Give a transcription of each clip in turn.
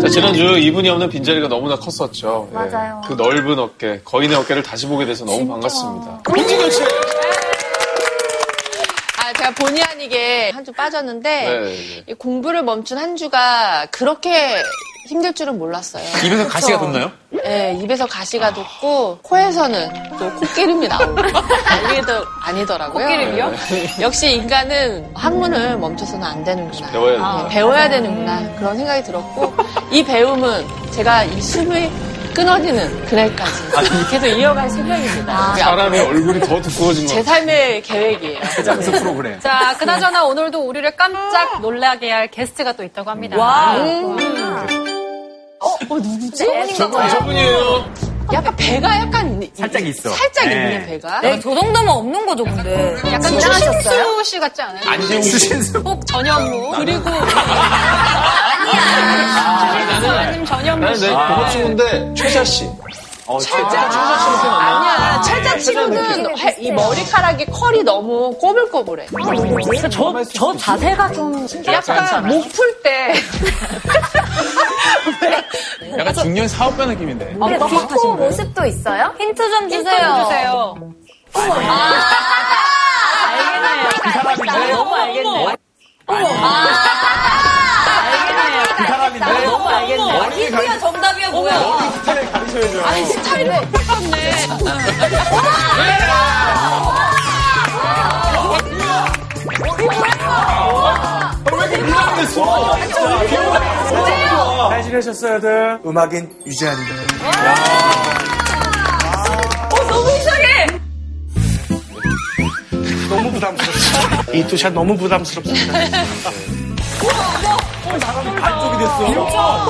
자, 지난주 이분이 없는 빈자리가 너무나 컸었죠. 예. 맞아요. 그 넓은 어깨, 거인의 어깨를 다시 보게 돼서 너무 반갑습니다. 홍진경 씨! 아, 제가 본의 아니게 한 주 빠졌는데 네, 이 공부를 멈춘 한 주가 그렇게 힘들 줄은 몰랐어요. 입에서 가시가 돋나요? 예, 입에서 가시가 돋고 코에서는 또 콧기름이 나오고 거기도 아니더라고요. 예. 코끼리요? 역시 인간은 학문을 멈춰서는 안 되는구나. 배워야 예, 된다. 배워야 되는구나 그런 생각이 들었고 이 배움은 제가 이 숨이 끊어지는 그날까지 아, 계속 이어갈 아, 생각입니다. 네. 사람의 얼굴이 더 두꺼워진 것 제 같아요. 삶의 계획이에요. 장수 프로그램. 자, 그나저나 오늘도 우리를 깜짝 놀라게 할 게스트가 또 있다고 합니다. 음. 어, 네, 저분, 저분이에요. 약간 배가 약간 있- 살짝 있어. 살짝 네. 있네 배가. 네, 저 정도면 없는 거죠, 근데. 약간 신수 씨 같지 않아요? 안지웅 씨. 수신수. 꼭 전현무. 그리고 아니야. 전현무 나는 씨. 내 네, 그거 친구인데, 최자 씨. 어, 진짜. 아, 아니야, 철자 친구는 해- 이 머리카락이 컬이 아, 너무 꼬불꼬불해. 근데 그러니까 저, 저 자세가 좀 신기하지 약간 않잖아요. 목 풀 때. 약간 중년 사업가 느낌인데. 어, 아, 근데 그 코 모습도 있어요? 힌트 좀 주세요. 주세요. 그 아, 사람인데. 너무 알겠네. 그 사람인데. 너무 알겠네. 힌트야, 정답이야, 뭐야. 스타일 가르쳐야죠. 잘 지내셨어요, 들 음악인 유재한입니다. 어, 너무 이상해! 너무 부담스럽습니다. 이 투샷 너무 부담스럽습니다. 쪽이 됐어.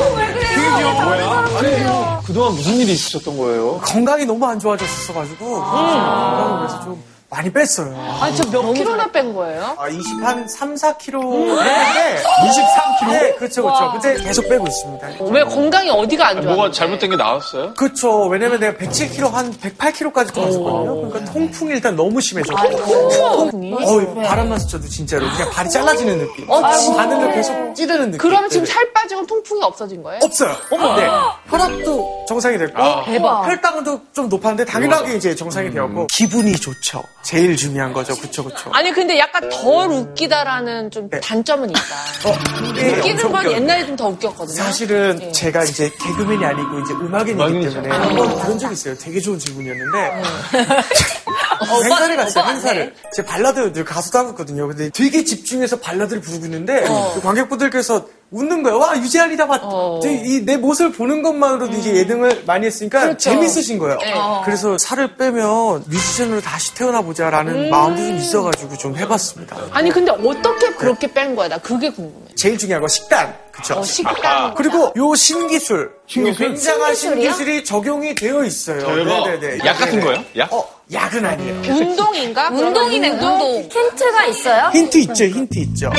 그동안 무슨 일이 있으셨던 거예요? 건강이 너무 안 좋아졌었어가지고, 건강을 그래서 좀 많이 뺐어요. 아니, 저 몇 킬로나 뺀 거예요? 아, 20, 한 3, 4kg 했는데, 23kg. 네, 어, 그렇죠, 그렇죠. 근데 계속 빼고 있습니다. 왜 건강이 어디가 안 좋아? 뭐가 잘못된 게 나왔어요? 그렇죠. 왜냐면 내가 107kg, 한 108kg까지 떨어졌거든요. 그러니까 통풍이 일단 너무 심해졌고. 통풍이? 어우, 바람만 스쳐도 진짜로 그냥 발이 잘라지는 느낌. 바늘로 계속 찌르는 느낌. 그럼 지금 네. 살 빠지면 통풍이 없어진 거예요? 없어요. 네. 아. 혈압도 정상이 됐고 대박. 혈당도 좀 높았는데 당연하게 이제 정상이 되었고 기분이 좋죠. 제일 중요한 거죠. 그쵸 그쵸. 아니, 근데 약간 덜 웃기다라는 좀 네. 단점은 있다. 어, 이게 웃기는 엄청 건 웃겨요. 옛날에 좀 더 웃겼거든요. 예. 사실은 제가 이제 개그맨이 아니고 이제 음악인이기 음악인이죠. 때문에 아. 한번 그런 적이 있어요. 되게 좋은 질문이었는데 네. 행사를 갔어요. 행사를 제 발라드 늘 가수도 하거든요. 근데 되게 집중해서 발라드를 부르고 있는데 그 관객분들께서 웃는 거예요. 와 유재한이다 봤. 어. 음. 이내 모습을 보는 것만으로도 이제 예능을 많이 했으니까 그렇죠. 재밌으신 거예요. 어. 네. 그래서 살을 빼면 뮤지션으로 다시 태어나 보자라는 마음도 좀 있어가지고 좀 해봤습니다. 아니, 근데 어떻게 그렇게 뺀 거야? 나 그게 궁금해. 제일 중요한 건 식단. 그쵸? 어, 식단. 그리고 요 신기술, 신기술? 요 굉장한 신기술이 적용이 되어 있어요. 대박. 약 같은 거예요? 약? 어, 약은 아니에요. 음. 운동인가? 운동이네, 운동. 힌트가 있어요? 힌트 있죠, 힌트 있죠.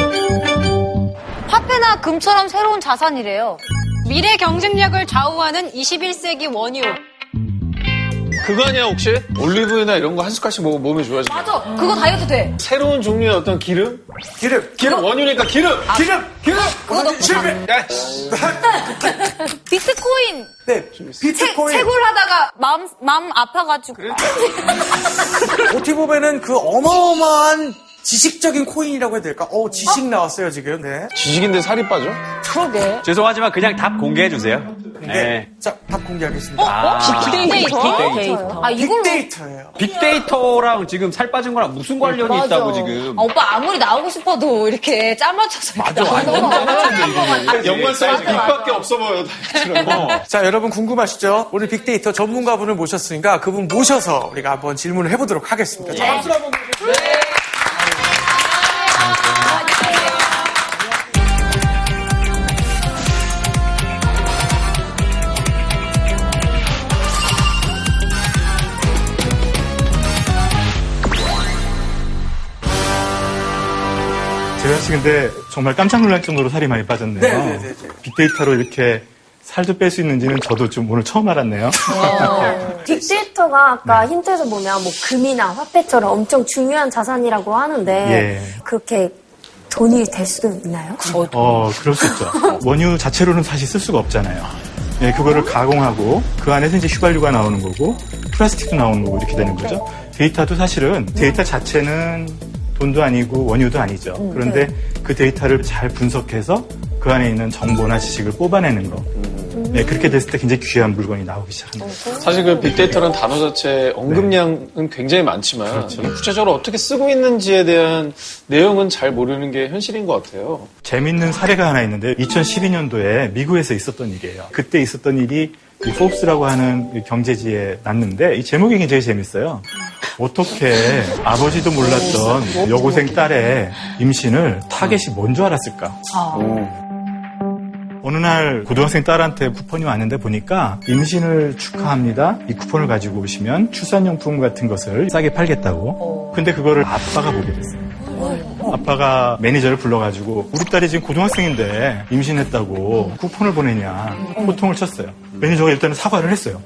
화폐나 금처럼 새로운 자산이래요. 미래 경쟁력을 좌우하는 21세기 원유. 그거 아니야, 혹시? 올리브유나 이런 거 한 숟갈씩 먹으면 몸에 좋아지고. 맞아. 그거 다이어트 돼. 새로운 종류의 어떤 기름? 기름, 어? 기름 원유니까 기름! 아. 기름, 기름, 실패. 야, 씨. 비트코인 네, 채, 비트코인. 채굴 하다가 마음, 마음 아파가지고. 어떻게 보면은 그 어마어마한 지식적인 코인이라고 해야 될까? 어, 지식 나왔어요, 지금. 네. 지식인데 살이 빠져? 죄송하지만 그냥 답 공개해주세요. 아. 네. 자, 답 공개하겠습니다. 빅데이터? 빅데이터. 아, 이걸로. 빅데이터예요. 빅데이터랑 지금 살 빠진 거랑 무슨 관련이 있다고 지금. 어. 아, 오빠 아무리 나오고 싶어도 이렇게 짜맞춰서. 맞아, 연관성이 빛밖에 없어 보여, 다이어트랑. 자, 여러분 궁금하시죠? 오늘 빅데이터 전문가분을 모셨으니까 그분 모셔서 우리가 한번 질문을 해보도록 예. 하겠습니다. 자, 네. 박수로 한번 재현 씨 근데 정말 깜짝 놀랄 정도로 살이 많이 빠졌네요. 네네네네. 빅데이터로 이렇게 살도 뺄 수 있는지는 저도 좀 오늘 처음 알았네요. 빅데이터가 아까 힌트에서 네. 보면 뭐 금이나 화폐처럼 엄청 중요한 자산이라고 하는데 예. 그렇게 돈이 될 수도 있나요? 어, 그럴 수 있죠. 원유 자체로는 사실 쓸 수가 없잖아요. 예, 그거를 가공하고 그 안에서 이제 휘발유가 나오는 거고 플라스틱도 나오는 거고 이렇게 되는 거죠. 데이터도 사실은 데이터 자체는 돈도 아니고 원유도 아니죠. 그런데 그 데이터를 잘 분석해서 그 안에 있는 정보나 지식을 뽑아내는 거. 예, 그렇게 됐을 때 굉장히 귀한 물건이 나오기 시작합니다. 사실 그 빅데이터라는 단어 자체 언급량은 굉장히 많지만 그렇죠. 이게 구체적으로 어떻게 쓰고 있는지에 대한 내용은 잘 모르는 게 현실인 것 같아요. 재밌는 사례가 하나 있는데 2012년도에 미국에서 있었던 일이에요. 그때 있었던 일이 이 포브스라고 하는 이 경제지에 났는데 이 제목이 굉장히 재밌어요. 어떻게 아버지도 몰랐던 여고생 딸의 임신을 타겟이 뭔 줄 알았을까? 어느 날 고등학생 딸한테 쿠폰이 왔는데 보니까 임신을 축하합니다. 이 쿠폰을 가지고 오시면 출산용품 같은 것을 싸게 팔겠다고. 근데 그거를 아빠가 보게 됐어요. 아빠가 매니저를 불러가지고 우리 딸이 지금 고등학생인데 임신했다고 쿠폰을 보내냐 호통을 쳤어요. 매니저가 일단은 사과를 했어요.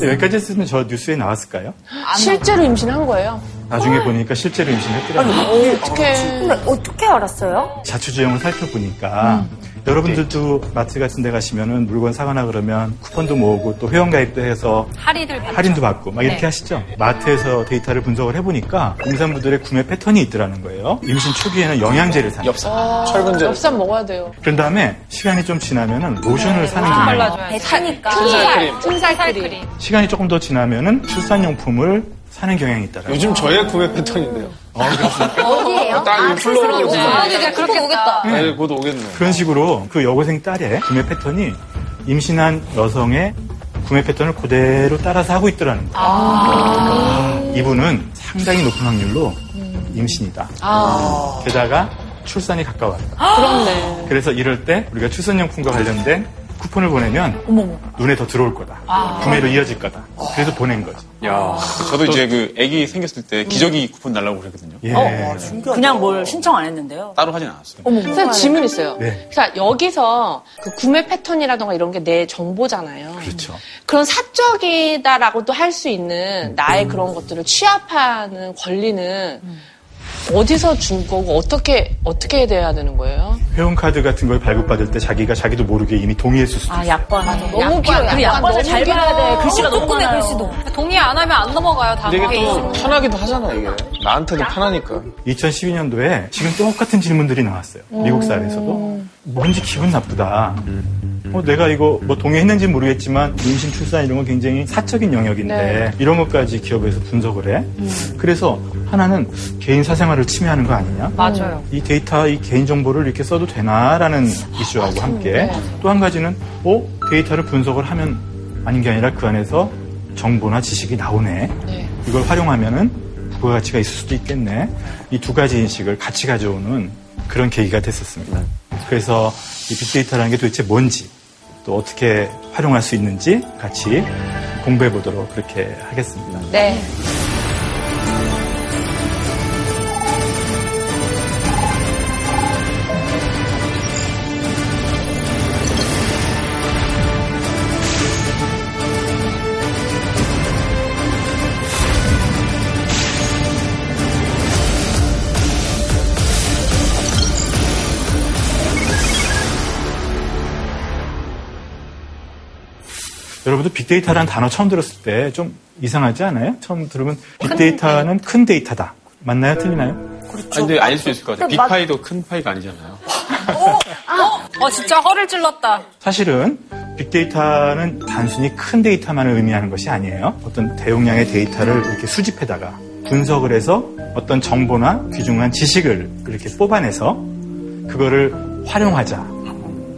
여기까지 했으면 저 뉴스에 나왔을까요? 아, 실제로 임신한 거예요. 어, 나중에 보니까 실제로 임신했더라고요. 어떻게 어떻게 알았어요? 자초지종을 살펴보니까 여러분들도 마트 같은 데 가시면은 물건 사거나 그러면 쿠폰도 모으고 또 회원가입도 해서 할인을 받죠. 할인도 받고 막 이렇게 하시죠. 마트에서 데이터를 분석을 해보니까 임산부들의 구매 패턴이 있더라는 거예요. 임신 초기에는 영양제를 사요. 엽산, 철분제. 엽산 먹어야 돼요. 아, 그런 다음에 시간이 좀 지나면은 로션을 사는 거예요. 발라줘야지. 배타니까. 살 크림. 틈살 크림. 크림. 시간이 조금 더 지나면은 출산용품을 사는 경향이 있더라고요. 요즘 저의 구매 패턴인데요. 어디예요? 딱 인플루언서 오지. 아, 이제 그렇게 오겠다. 네, 곧 오겠네. 그런 식으로 그 여고생 딸의 구매 패턴이 임신한 여성의 구매 패턴을 그대로 따라서 하고 있더라는 거예요. 아. 이분은 상당히 높은 확률로 음. 임신이다. 아. 게다가 출산이 가까워요. 그렇네. 그래서 이럴 때 우리가 출산용품과 관련된 쿠폰을 보내면 눈에 더 들어올 거다. 아. 구매로 이어질 거다. 그래서 보낸 거죠. 야, 저도 이제 그 애기 생겼을 음. 때 기저귀 쿠폰 날라고 그랬거든요. 예. 그냥 뭘 신청 안 했는데요. 따로 하진 않았어요. 선생님 질문 있어요. 네. 자, 여기서 그 구매 패턴이라던가 이런 게 내 정보잖아요. 그렇죠. 그런 사적이다라고도 할 수 있는 나의 그런 것들을 취합하는 권리는 어디서 준 거고 어떻게 어떻게 돼야 되는 거예요? 회원카드 같은 걸 발급받을 때 자기가 자기도 모르게 이미 동의했을 수도 아, 있어요. 약관. 너무 길어. 약관, 그 약관 아, 약관을 너무 잘 길어. 봐야 돼. 글씨가 너무 조금의 많아요. 글씨도. 동의 안 하면 안 넘어가요, 다. 근데 이게 또 편하기도 하잖아, 이게. 나한테도 편하니까. 2012년도에 지금 똑같은 질문들이 나왔어요. 미국 사회에서도. 뭔지 기분 나쁘다. 음. 어, 내가 이거 뭐 동의했는지 는 모르겠지만 임신 출산 이런 건 굉장히 사적인 영역인데 이런 것까지 기업에서 분석을 해. 그래서 하나는 개인 사생활을 침해하는 거 아니냐? 맞아요. 이 데이터, 이 개인정보를 이렇게 써도 되나라는 이슈하고 함께 또 한 가지는 어? 데이터를 분석을 하면 아닌 게 아니라 그 안에서 정보나 지식이 나오네. 네. 이걸 활용하면은 부가가치가 있을 수도 있겠네. 이 두 가지 인식을 같이 가져오는 그런 계기가 됐었습니다. 그래서 이 빅데이터라는 게 도대체 뭔지 또 어떻게 활용할 수 있는지 같이 공부해 보도록 그렇게 하겠습니다. 네. 여러분도 빅데이터라는 단어 처음 들었을 때 좀 이상하지 않아요? 처음 들으면 빅데이터는 큰 데이터다. 맞나요? 틀리나요? 아니, 근데 아닐 수 있을 그러니까 것 같아요. 근데 그러니까 맞- 빅파이도 큰 파이가 아니잖아요. 어, 진짜 허를 찔렀다. 사실은 빅데이터는 단순히 큰 데이터만을 의미하는 것이 아니에요. 어떤 대용량의 데이터를 이렇게 수집해다가 분석을 해서 어떤 정보나 귀중한 지식을 이렇게 뽑아내서 그거를 활용하자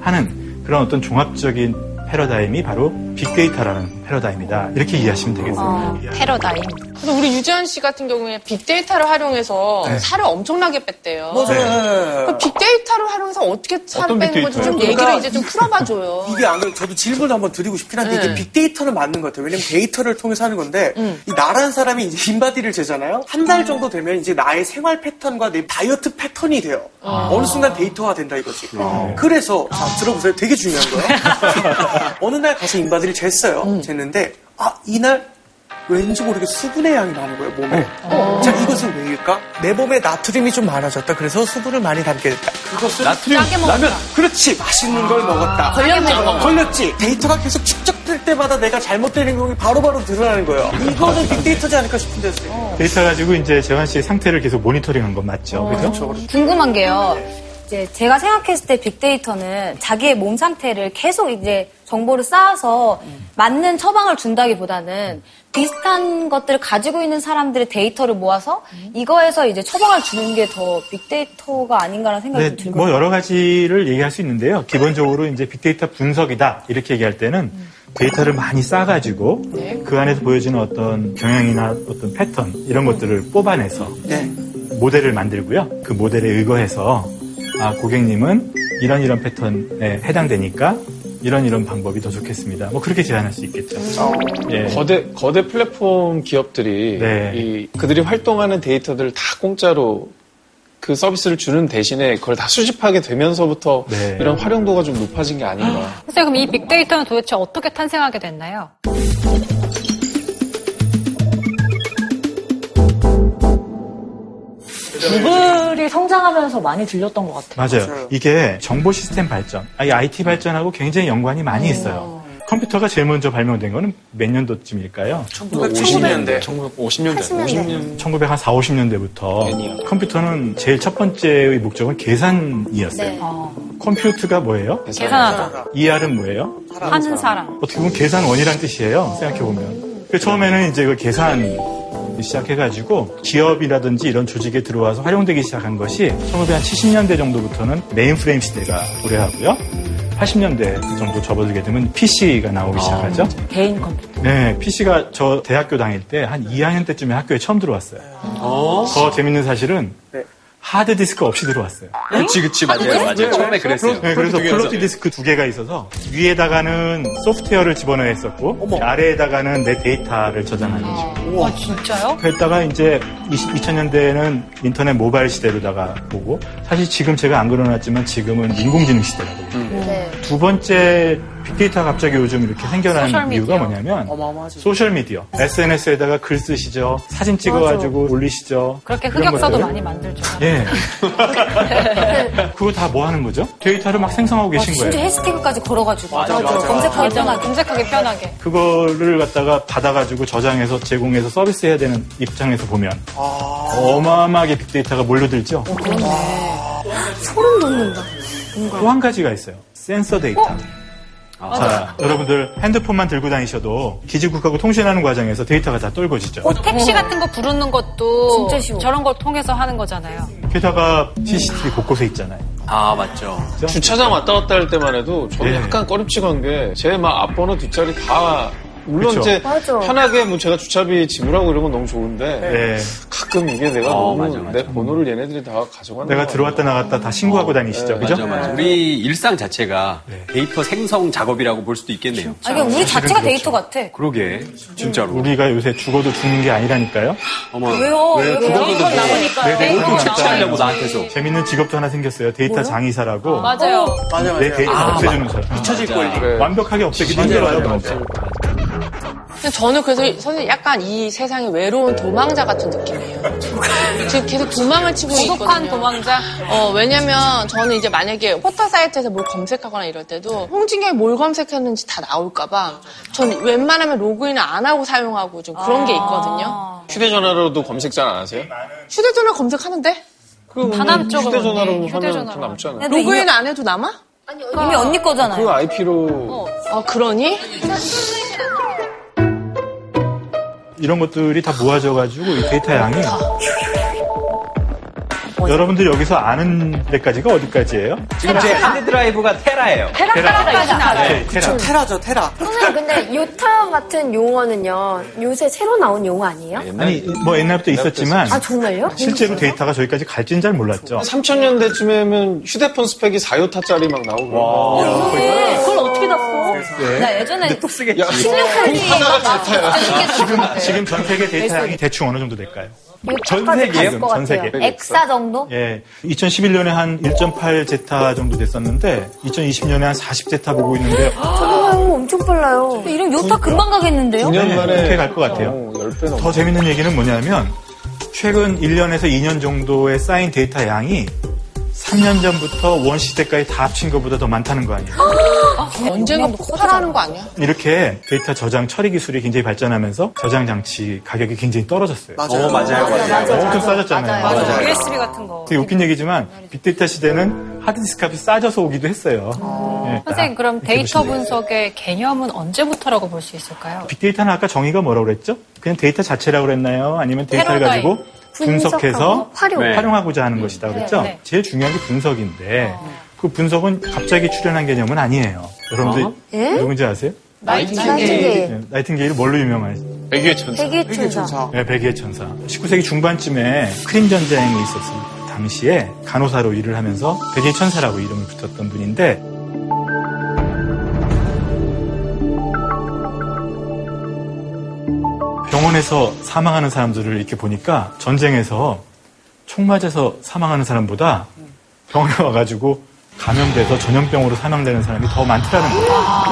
하는 그런 어떤 종합적인 패러다임이 바로 빅데이터라는 패러다임이다. 이렇게 이해하시면 되겠습니다. 패러다임. 그래서 우리 유재현 씨 같은 경우에 빅데이터를 활용해서 살을 엄청나게 뺐대요. 맞아요. 그 빅데이터를 활용해서 어떻게 살을 어떤 빼는 건지 좀 빅데이터예요? 얘기를 이제 좀 풀어봐줘요. 이게 안 그래도 저도 질문을 한번 드리고 싶긴 한데 네. 이게 빅데이터는 맞는 것 같아요. 왜냐면 데이터를 통해서 하는 건데 이 나라는 사람이 이제 인바디를 재잖아요. 한 달 정도 되면 이제 나의 생활 패턴과 내 다이어트 패턴이 돼요. 어느 순간 데이터화 된다 이거지. 그래서 자, 들어보세요. 되게 중요한 거예요. 어느 날 가서 인바디를 쟀어요. 쟀는데 아 이날 왠지 모르게 수분의 양이 많은 거예요, 몸에. 자, 이것은 왜일까? 내 몸에 나트륨이 좀 많아졌다. 그래서 수분을 많이 담게 됐다. 그것은 나트륨 라면 그렇지 맛있는 걸 먹었다 걸렸지 걸렸지 데이터가 계속 축적될 때마다 내가 잘못된 행동이 바로바로 드러나는 거예요 이거는 빅데이터지 않을까 싶은데 선생님 데이터 가지고 이제 재환 씨의 상태를 계속 모니터링한 건 맞죠? 어, 그렇죠, 그죠? 궁금한 게요. 이제 제가 생각했을 때 빅데이터는 자기의 몸 상태를 계속 이제 정보를 쌓아서 맞는 처방을 준다기보다는 비슷한 것들을 가지고 있는 사람들의 데이터를 모아서 이거에서 이제 처방을 주는 게 더 빅데이터가 아닌가라는 생각이 네, 좀 들거든요. 뭐 여러 가지를 얘기할 수 있는데요. 기본적으로 이제 빅데이터 분석이다 이렇게 얘기할 때는 데이터를 많이 쌓아가지고 그 안에서 보여지는 어떤 경향이나 어떤 패턴 이런 것들을 뽑아내서 모델을 만들고요. 그 모델에 의거해서 아 고객님은 이런 이런 패턴에 해당되니까 이런 이런 방법이 더 좋겠습니다. 뭐 그렇게 제안할 수 있겠죠. Oh. 예. 거대 거대 플랫폼 기업들이 네. 이 그들이 활동하는 데이터들을 다 공짜로 그 서비스를 주는 대신에 그걸 다 수집하게 되면서부터 네. 이런 활용도가 좀 높아진 게 아닌가. 선생님, 그럼 이 빅데이터는 도대체 어떻게 탄생하게 됐나요? 구글이 성장하면서 많이 들렸던 것 같아요. 맞아요. 이게 정보 시스템 발전, 아예 IT 발전하고 굉장히 연관이 많이 있어요. 컴퓨터가 제일 먼저 발명된 거는 몇 년도쯤일까요? 뭐, 1950년대, 1950년대, 50년대. 1940, 50년대부터 컴퓨터는 제일 첫 번째의 목적은 계산이었어요. 네. 컴퓨트가 뭐예요? 계산하다. ER은 뭐예요? 하는 사람. 어떻게 보면 계산원이란 뜻이에요. 생각해보면. 그 처음에는 이제 그 계산 시작해가지고 기업이라든지 이런 조직에 들어와서 활용되기 시작한 것이 1970년대 정도부터는 메인프레임 시대가 도래하고요. 80년대 정도 접어들게 되면 PC가 아. 나오기 시작하죠. 개인 컴퓨터. 네, PC가 저 대학교 다닐 때 한 2학년 때쯤에 학교에 처음 들어왔어요. 더 재밌는 사실은 네. 하드 디스크 없이 들어왔어요. 그치 그치 맞아요 맞아요 처음에 그랬어요 네, 그래서 플로피 디스크 두 개가 있어서 위에다가는 소프트웨어를 집어넣어 했었고 아래에다가는 내 데이터를 저장하는 식으로 와, 아, 진짜요? 그랬다가 이제 2000년대에는 인터넷 모바일 시대로다가 보고 사실 지금 제가 안 그려놨지만 지금은 인공지능 시대라고 네. 두 번째 빅데이터가 갑자기 요즘 이렇게 생겨나는 소셜미디어. 이유가 뭐냐면 소셜미디어 SNS에다가 글 쓰시죠 사진 찍어가지고 올리시죠 그렇게 이런 흑역사도 것들. 많이 만들죠. 예. 그거 다 뭐 하는 거죠? 데이터를 막 생성하고 아, 계신 심지어 거예요. 해시태그까지 걸어가지고 검색하기 맞아, 편하게. 검색하기 편하게. 그거를 갖다가 받아가지고 저장해서 제공해서 서비스해야 되는 입장에서 보면 아. 어마어마하게 빅데이터가 몰려들죠. 어. 소름 돋는다. 또 한 가지가 있어요. 센서 데이터. 아. 자, 여러분들 핸드폰만 들고 다니셔도 기지국하고 통신하는 과정에서 데이터가 다 떨궈지죠. 택시 같은 거 부르는 것도 진짜 쉬워. 저런 걸 통해서 하는 거잖아요. 게다가 CCTV 곳곳에 있잖아요. 아 맞죠 주차장 왔다 갔다 할 때만 해도 저는 네. 약간 꺼림칙한 게 제 막 앞번호 뒷자리 다 물론 그쵸. 이제 맞아. 편하게 뭐 제가 주차비 지불하고 이런 건 너무 좋은데 네. 가끔 이게 내가 어, 너무 맞아, 맞아. 내 번호를 얘네들이 다 가져가는 내가 거 들어왔다 나갔다 다 신고하고 다니시죠. 그죠? 네, 맞아 맞아 우리 일상 자체가 네. 데이터 생성 작업이라고 볼 수도 있겠네요 아, 이게 우리 그렇죠. 자체가 데이터 같아. 그러게 진짜로 우리가 요새 죽어도 죽는 게 아니라니까요. 어머 왜요? 왜요? 그거도 데이터 나오니까요. 네, 뭘 채취하려고 나한테서 재밌는 직업도 하나 생겼어요. 데이터 장의사라고 맞아요. 어. 맞아 내 데이터 없애주는 사람. 아, 잊혀질 권리 네. 완벽하게 없애기 힘들어요. 맞아요. 근데 저는 그래서 선생님 약간 이 세상에 외로운 도망자 같은 느낌이에요. 지금 계속 도망을 치고 있거든요. 고독한 도망자. 어, 왜냐면 저는 이제 만약에 포털 사이트에서 뭘 검색하거나 이럴 때도 홍진경이 뭘 검색했는지 다 나올까봐 저는 웬만하면 로그인을 안 하고 사용하고 좀 그런 게 있거든요. 휴대전화로도 검색 잘 안 하세요? 휴대전화 검색하는데? 그 다남 쪽은 휴대전화로 없네, 하면 휴대전화로. 더 남잖아요. 근데 로그인 안 해도 남아? 이미 언니 거잖아요. 그 IP로 어, 그러니? 이런 것들이 다 모아져가지고 이 데이터 양이 여러분들 여기서 아는 데까지가 어디까지예요? 지금 제 핸드드라이브가 테라예요 네, 테라. 테라죠 테라 선생님, 근데 요타 같은 용어는요, 요새 새로 나온 용어 아니에요? 아니 뭐 옛날부터 있었지만 아, 정말요? 실제로 데이터가 저기까지 갈진 잘 몰랐죠. 3000년대쯤에면 휴대폰 스펙이 4요타짜리 막 나오고 어, 어, 네. 그걸 어떻게 났어? 네. 나 예전에 또 쓰겠지 공 어, 하나가 좋다요. 지금 지금 전 세계 데이터 양이 대충 어느 정도 될까요? 요타까지 전 세계예요? 갔을 네, 것 전 같아요. 세계. 엑사 정도? 예, 아, 2011년에 한 1.8 제타 정도 됐었는데 2020년에 한40 제타 보고 있는데 엄청 빨라요. 이런 요타 금방 가겠는데요? 네. 어, 9년 만에 그렇게 네, 갈 것 같아요. 더 재밌는 얘기는 뭐냐면 최근 1년에서 2년 정도의 쌓인 데이터 양이 3년 전부터 원시 때까지 다 합친 것보다 더 많다는 거 아니에요? 언젠가 폭발하는 거 아니야? 이렇게 데이터 저장 처리 기술이 굉장히 발전하면서 저장 장치 가격이 굉장히 떨어졌어요. 맞아요. 어, 맞아요, 맞아요. 맞아요. 엄청 싸졌잖아요. 맞아요. 맞아요. USB 같은 거. 되게 웃긴 얘기지만 빅데이터 시대는 하드디스크 값이 싸져서 오기도 했어요. 예, 선생님, 그럼 아, 이렇게 데이터 보시면 돼요. 분석의 개념은 언제부터라고 볼 수 있을까요? 빅데이터는 아까 정의가 뭐라고 그랬죠? 그냥 데이터 자체라고 그랬나요? 아니면 데이터를 패러다임. 가지고 분석해서 분석하고 활용. 네. 하고자 하는 것이다 그랬죠? 네, 네. 제일 중요한 게 분석인데 그 분석은 갑자기 출현한 개념은 아니에요. 여러분들 예? 누군지 아세요? 나이팅게일. 네, 나이팅게일 뭘로 유명하죠? 백의의 천사. 백의 천사. 네, 백의의 천사. 19세기 중반쯤에 크림 전쟁이 있었어요. 당시에 간호사로 일을 하면서 백의 천사라고 이름을 붙였던 분인데 병원에서 사망하는 사람들을 이렇게 보니까 전쟁에서 총 맞아서 사망하는 사람보다 병원에 와가지고 감염돼서 전염병으로 사망되는 사람이 더 많더라는 아. 아.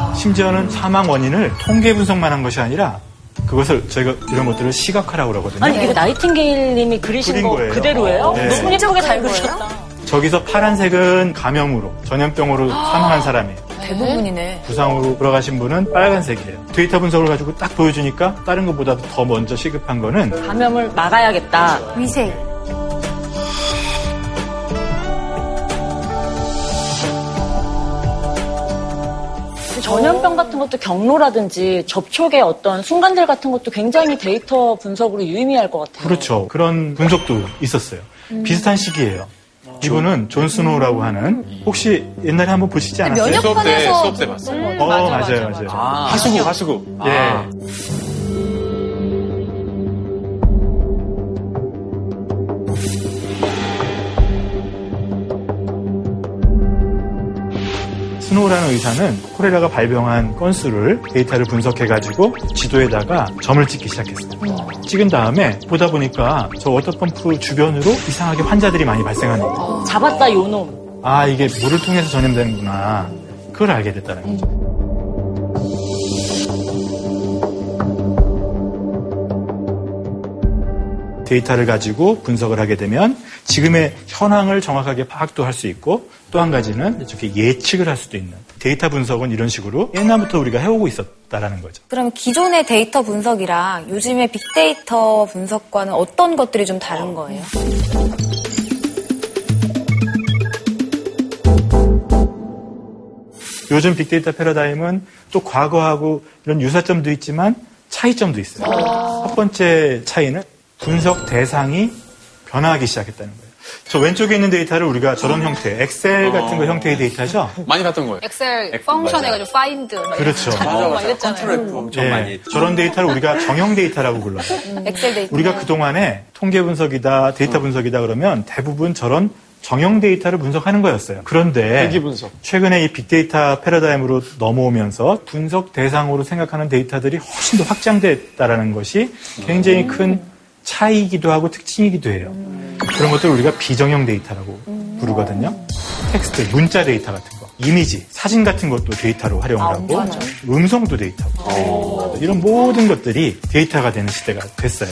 거예요. 심지어는 사망 원인을 통계 분석만 한 것이 아니라 그것을 저희가 이런 것들을 시각화라고 그러거든요. 아니 이거 나이팅게일님이 그리신 그린 거 거예요. 그대로예요? 네. 너무 예쁘게 잘 그리셨다. 저기서 파란색은 감염으로 전염병으로 사망한 사람이에요. 대부분이네. 부상으로 돌아가신 분은 빨간색이에요. 데이터 분석을 가지고 딱 보여주니까 다른 것보다도 더 먼저 시급한 거는 감염을 막아야겠다. 위생. 그 전염병 같은 것도 경로라든지 접촉의 어떤 순간들 같은 것도 굉장히 데이터 분석으로 유의미할 것 같아요. 그렇죠. 그런 분석도 있었어요. 음. 비슷한 시기예요. 이분은 존 스노우라고 하는 혹시 옛날에 한번 아, 보시지 않았어요? 아, 수업 때, 수업 때 봤어요. 아. 어 맞아요 맞아요. 하수구, 하수구. 예. 스노우라는 의사는 코레라가 발병한 건수를 데이터를 분석해가지고 지도에다가 점을 찍기 시작했어요. 찍은 다음에 보다 보니까 저 워터펌프 주변으로 이상하게 환자들이 많이 발생하는 거예요. 잡았다 요놈. 아 이게 물을 통해서 전염되는구나 그걸 알게 됐다는 거죠. 데이터를 가지고 분석을 하게 되면 지금의 현황을 정확하게 파악도 할 수 있고 또 한 가지는 이렇게 예측을 할 수도 있는 데이터 분석은 이런 식으로 옛날부터 우리가 해오고 있었다라는 거죠. 그럼 기존의 데이터 분석이랑 요즘의 빅데이터 분석과는 어떤 것들이 좀 다른 거예요? 요즘 빅데이터 패러다임은 또 과거하고 이런 유사점도 있지만 차이점도 있어요. 첫 번째 차이는 분석 대상이 변화하기 시작했다는 거예요. 저 왼쪽에 있는 데이터를 우리가 저런 형태, 엑셀 같은 어. 거 형태의 데이터죠? 많이 봤던 거예요. 엑셀 엑- 펑션 맞아요. 해가지고 파인드. 뭐 막 그렇죠. 이런 거 찾고 막 이랬잖아요. 컨트롤 F 음. 엄청 예, 많이. 저런 데이터를 우리가 정형 데이터라고 불러요. 엑셀 데이터. 우리가 그동안에 통계 분석이다, 어. 데이터 분석이다 그러면 대부분 저런 정형 데이터를 분석하는 거였어요. 그런데 대기 분석. 최근에 이 빅데이터 패러다임으로 넘어오면서 분석 대상으로 생각하는 데이터들이 훨씬 더 확장됐다라는 것이 굉장히 큰 차이이기도 하고 특징이기도 해요. 그런 것들을 우리가 비정형 데이터라고 부르거든요. 텍스트, 문자 데이터 같은 거, 이미지, 사진 같은 것도 데이터로 활용을 아, 하고 음성도 데이터고 이런 모든 것들이 데이터가 되는 시대가 됐어요.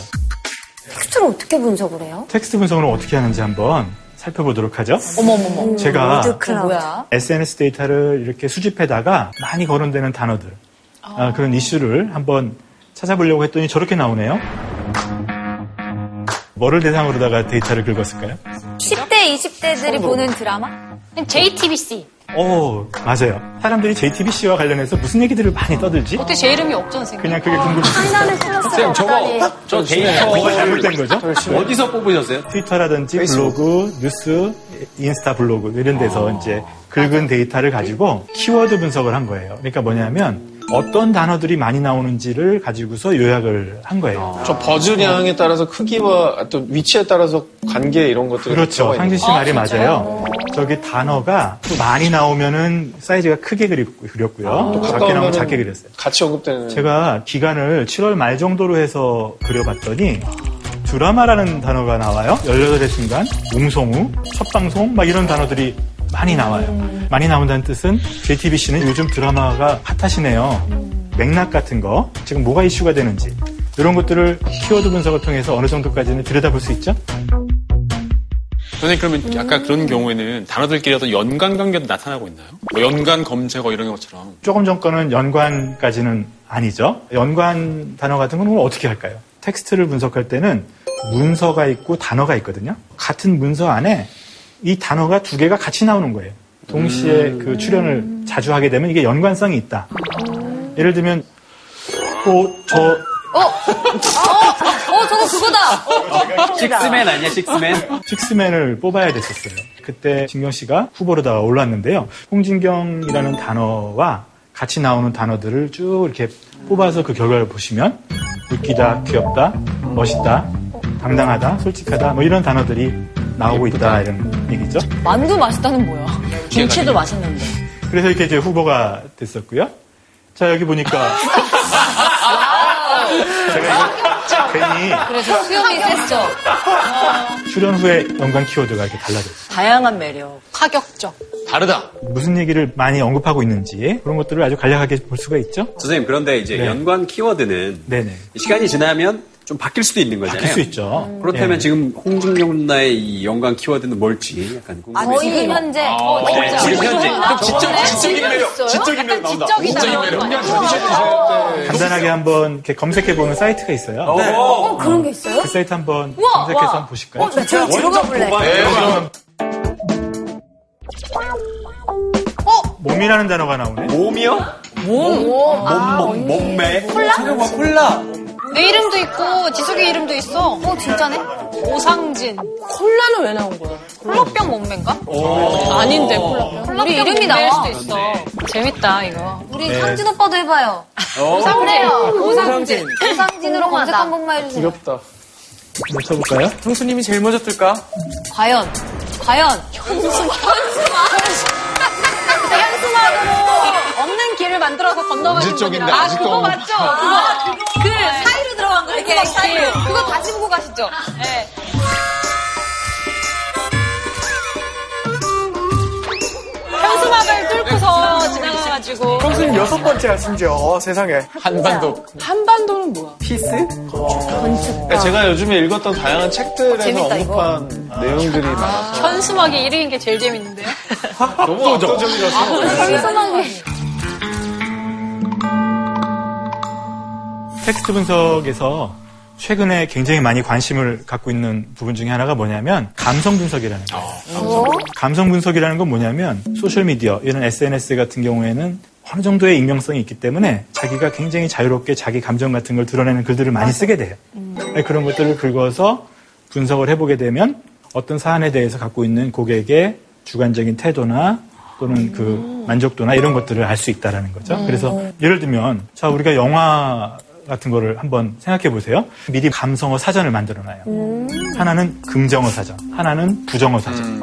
텍스트를 어떻게 분석을 해요? 텍스트 분석을 어떻게 하는지 한번 살펴보도록 하죠. 어머머머. 제가 뭐야? SNS 데이터를 이렇게 수집해다가 많이 거론되는 단어들 아, 그런 이슈를 한번 찾아보려고 했더니 저렇게 나오네요. 뭐를 대상으로다가 데이터를 긁었을까요? 10대, 20대들이 보는 드라마? JTBC. 오 맞아요. 사람들이 JTBC와 관련해서 무슨 얘기들을 많이 떠들지? 어떻게 제 이름이 없죠, 선생님? 그냥 그게 궁금해서 하나는 찾았어요. 선생님, 아, 예. 예. 저거, 저 뭐가 데이터 잘못된 거죠? 어디서 뽑으셨어요? 트위터라든지 블로그, 뉴스, 인스타 블로그 이런 데서 아. 이제 긁은 데이터를 가지고 키워드 분석을 한 거예요. 그러니까 뭐냐면 어떤 단어들이 많이 나오는지를 가지고서 요약을 한 거예요. 아. 저 버즈량에 따라서 크기와 또 위치에 따라서 관계 이런 것들이 그렇죠. 들어가 있는 상진 씨 말이 맞아요. 저기 단어가 많이 나오면은 사이즈가 크게 그리고- 그렸고요. 아, 또 작게 나오면 가까우면은 작게 그렸어요. 같이 언급되는 제가 기간을 7월 말 정도로 해서 그려봤더니 드라마라는 단어가 나와요. 18의 순간, 웅성우, 첫 방송 막 이런 단어들이 많이 나와요. 많이 나온다는 뜻은 JTBC는 요즘 드라마가 핫하시네요. 맥락 같은 거, 지금 뭐가 이슈가 되는지 이런 것들을 키워드 분석을 통해서 어느 정도까지는 들여다볼 수 있죠? 선생님 그러면 음. 약간 그런 경우에는 단어들끼리 어떤 연관 관계도 나타나고 있나요? 뭐 연관 검색어 이런 것처럼 조금 전 거는 연관까지는 아니죠. 연관 단어 같은 건 오늘 어떻게 할까요? 텍스트를 분석할 때는 문서가 있고 단어가 있거든요. 같은 문서 안에 이 단어가 두 개가 같이 나오는 거예요. 동시에 그 출연을 자주 하게 되면 이게 연관성이 있다. 예를 들면 어, 또저 어, 저거 그거다! 어, 식스맨 아니야, 식스맨? 식스맨을 뽑아야 됐었어요. 그때 진경 씨가 후보로 다 올랐는데요. 홍진경이라는 단어와 같이 나오는 단어들을 쭉 이렇게 뽑아서 그 결과를 보시면 웃기다, 귀엽다, 멋있다, 당당하다, 솔직하다 뭐 이런 단어들이 나오고 있다 이런 얘기죠. 만두 맛있다는 뭐야? 김치도 맛있는데. 그래서 이렇게 이제 후보가 됐었고요. 자 여기 보니까 제가 이거 괜히 그래서 수염이 셌죠. 출연 후에 연관 키워드가 이렇게 달라졌어요. 다양한 매력. 파격적. 다르다. 무슨 얘기를 많이 언급하고 있는지 그런 것들을 아주 간략하게 볼 수가 있죠. 선생님, 그런데 이제 네. 연관 키워드는 네네. 시간이 지나면 좀 바뀔 수도 있는 거잖아요. 바뀔 수 있죠. 그렇다면 예. 지금 홍진경 누나의 이 연관 키워드는 뭘지 약간 궁금해요. 지금 아, 현재. 아, 어, 네, 지금 현재 지적, 지적인 매력, 지적인 매력 나온다. 지적인 어. 매력. 간단하게 한번 이렇게 검색해보는 사이트가 있어요. 어, 그런 게 있어요? 그 사이트 한번 우와, 검색해서 와. 한번 보실까요? 어, 나 저기 들어가 볼래. 네, 어? 몸이라는 단어가 나오네. 몸이요? 어? 몸, 아, 몸, 몸, 몸매. 저게 뭐 콜라. 내 이름도 있고 지숙이 이름도 있어. 어 진짜네. 오상진. 콜라는 왜 나온 거야? 콜라병 몸매인가? 어? 아닌데, 콜라병. 우리 이름이 나올 수도 있어. 재밌다 이거. 우리 네. 상진 오빠도 해봐요. 어? 그래요. 오상진. 오상진으로 검색 한 번만 해주세요. 귀엽다. 뭐 쳐볼까요? 통수님이 제일 먼저 뜰까? 과연, 과연, 현수막. 현수막으로 없는 길을 만들어서 건너가는 물질적인데 분이라. 아 아직도 그거 없는- 맞죠? 그거 그 사이로 들어간 거 이렇게 사이로. 그거 다시 보고 가시죠. 네. 현수막을 뚫고서 지나가가지고 통수님 여섯 번째야, 심지어. 어, 세상에. 한반도 한반도는 뭐야? 피스? 그러니까 제가 요즘에 읽었던 다양한 책들에서 언급한 아, 내용들이 많아서 현수막이 1위인 게 제일 재밌는데요? 아, 너무 압도적이라서 네. 텍스트 분석에서 최근에 굉장히 많이 관심을 갖고 있는 부분 중에 하나가 뭐냐면 어, 감성 분석이라는 거예요. 감성 분석이라는 건 뭐냐면 소셜 미디어 이런 SNS 같은 경우에는 어느 정도의 익명성이 있기 때문에 자기가 굉장히 자유롭게 자기 감정 같은 걸 드러내는 글들을 많이 쓰게 돼요. 음. 네, 그런 것들을 긁어서 분석을 해보게 되면 어떤 사안에 대해서 갖고 있는 고객의 주관적인 태도나 또는 그 만족도나 이런 것들을 알 수 있다라는 거죠. 그래서 예를 들면 자 우리가 영화 같은 거를 한번 생각해 보세요. 미리 감성어 사전을 만들어 놔요. 하나는 긍정어 사전, 하나는 부정어 사전.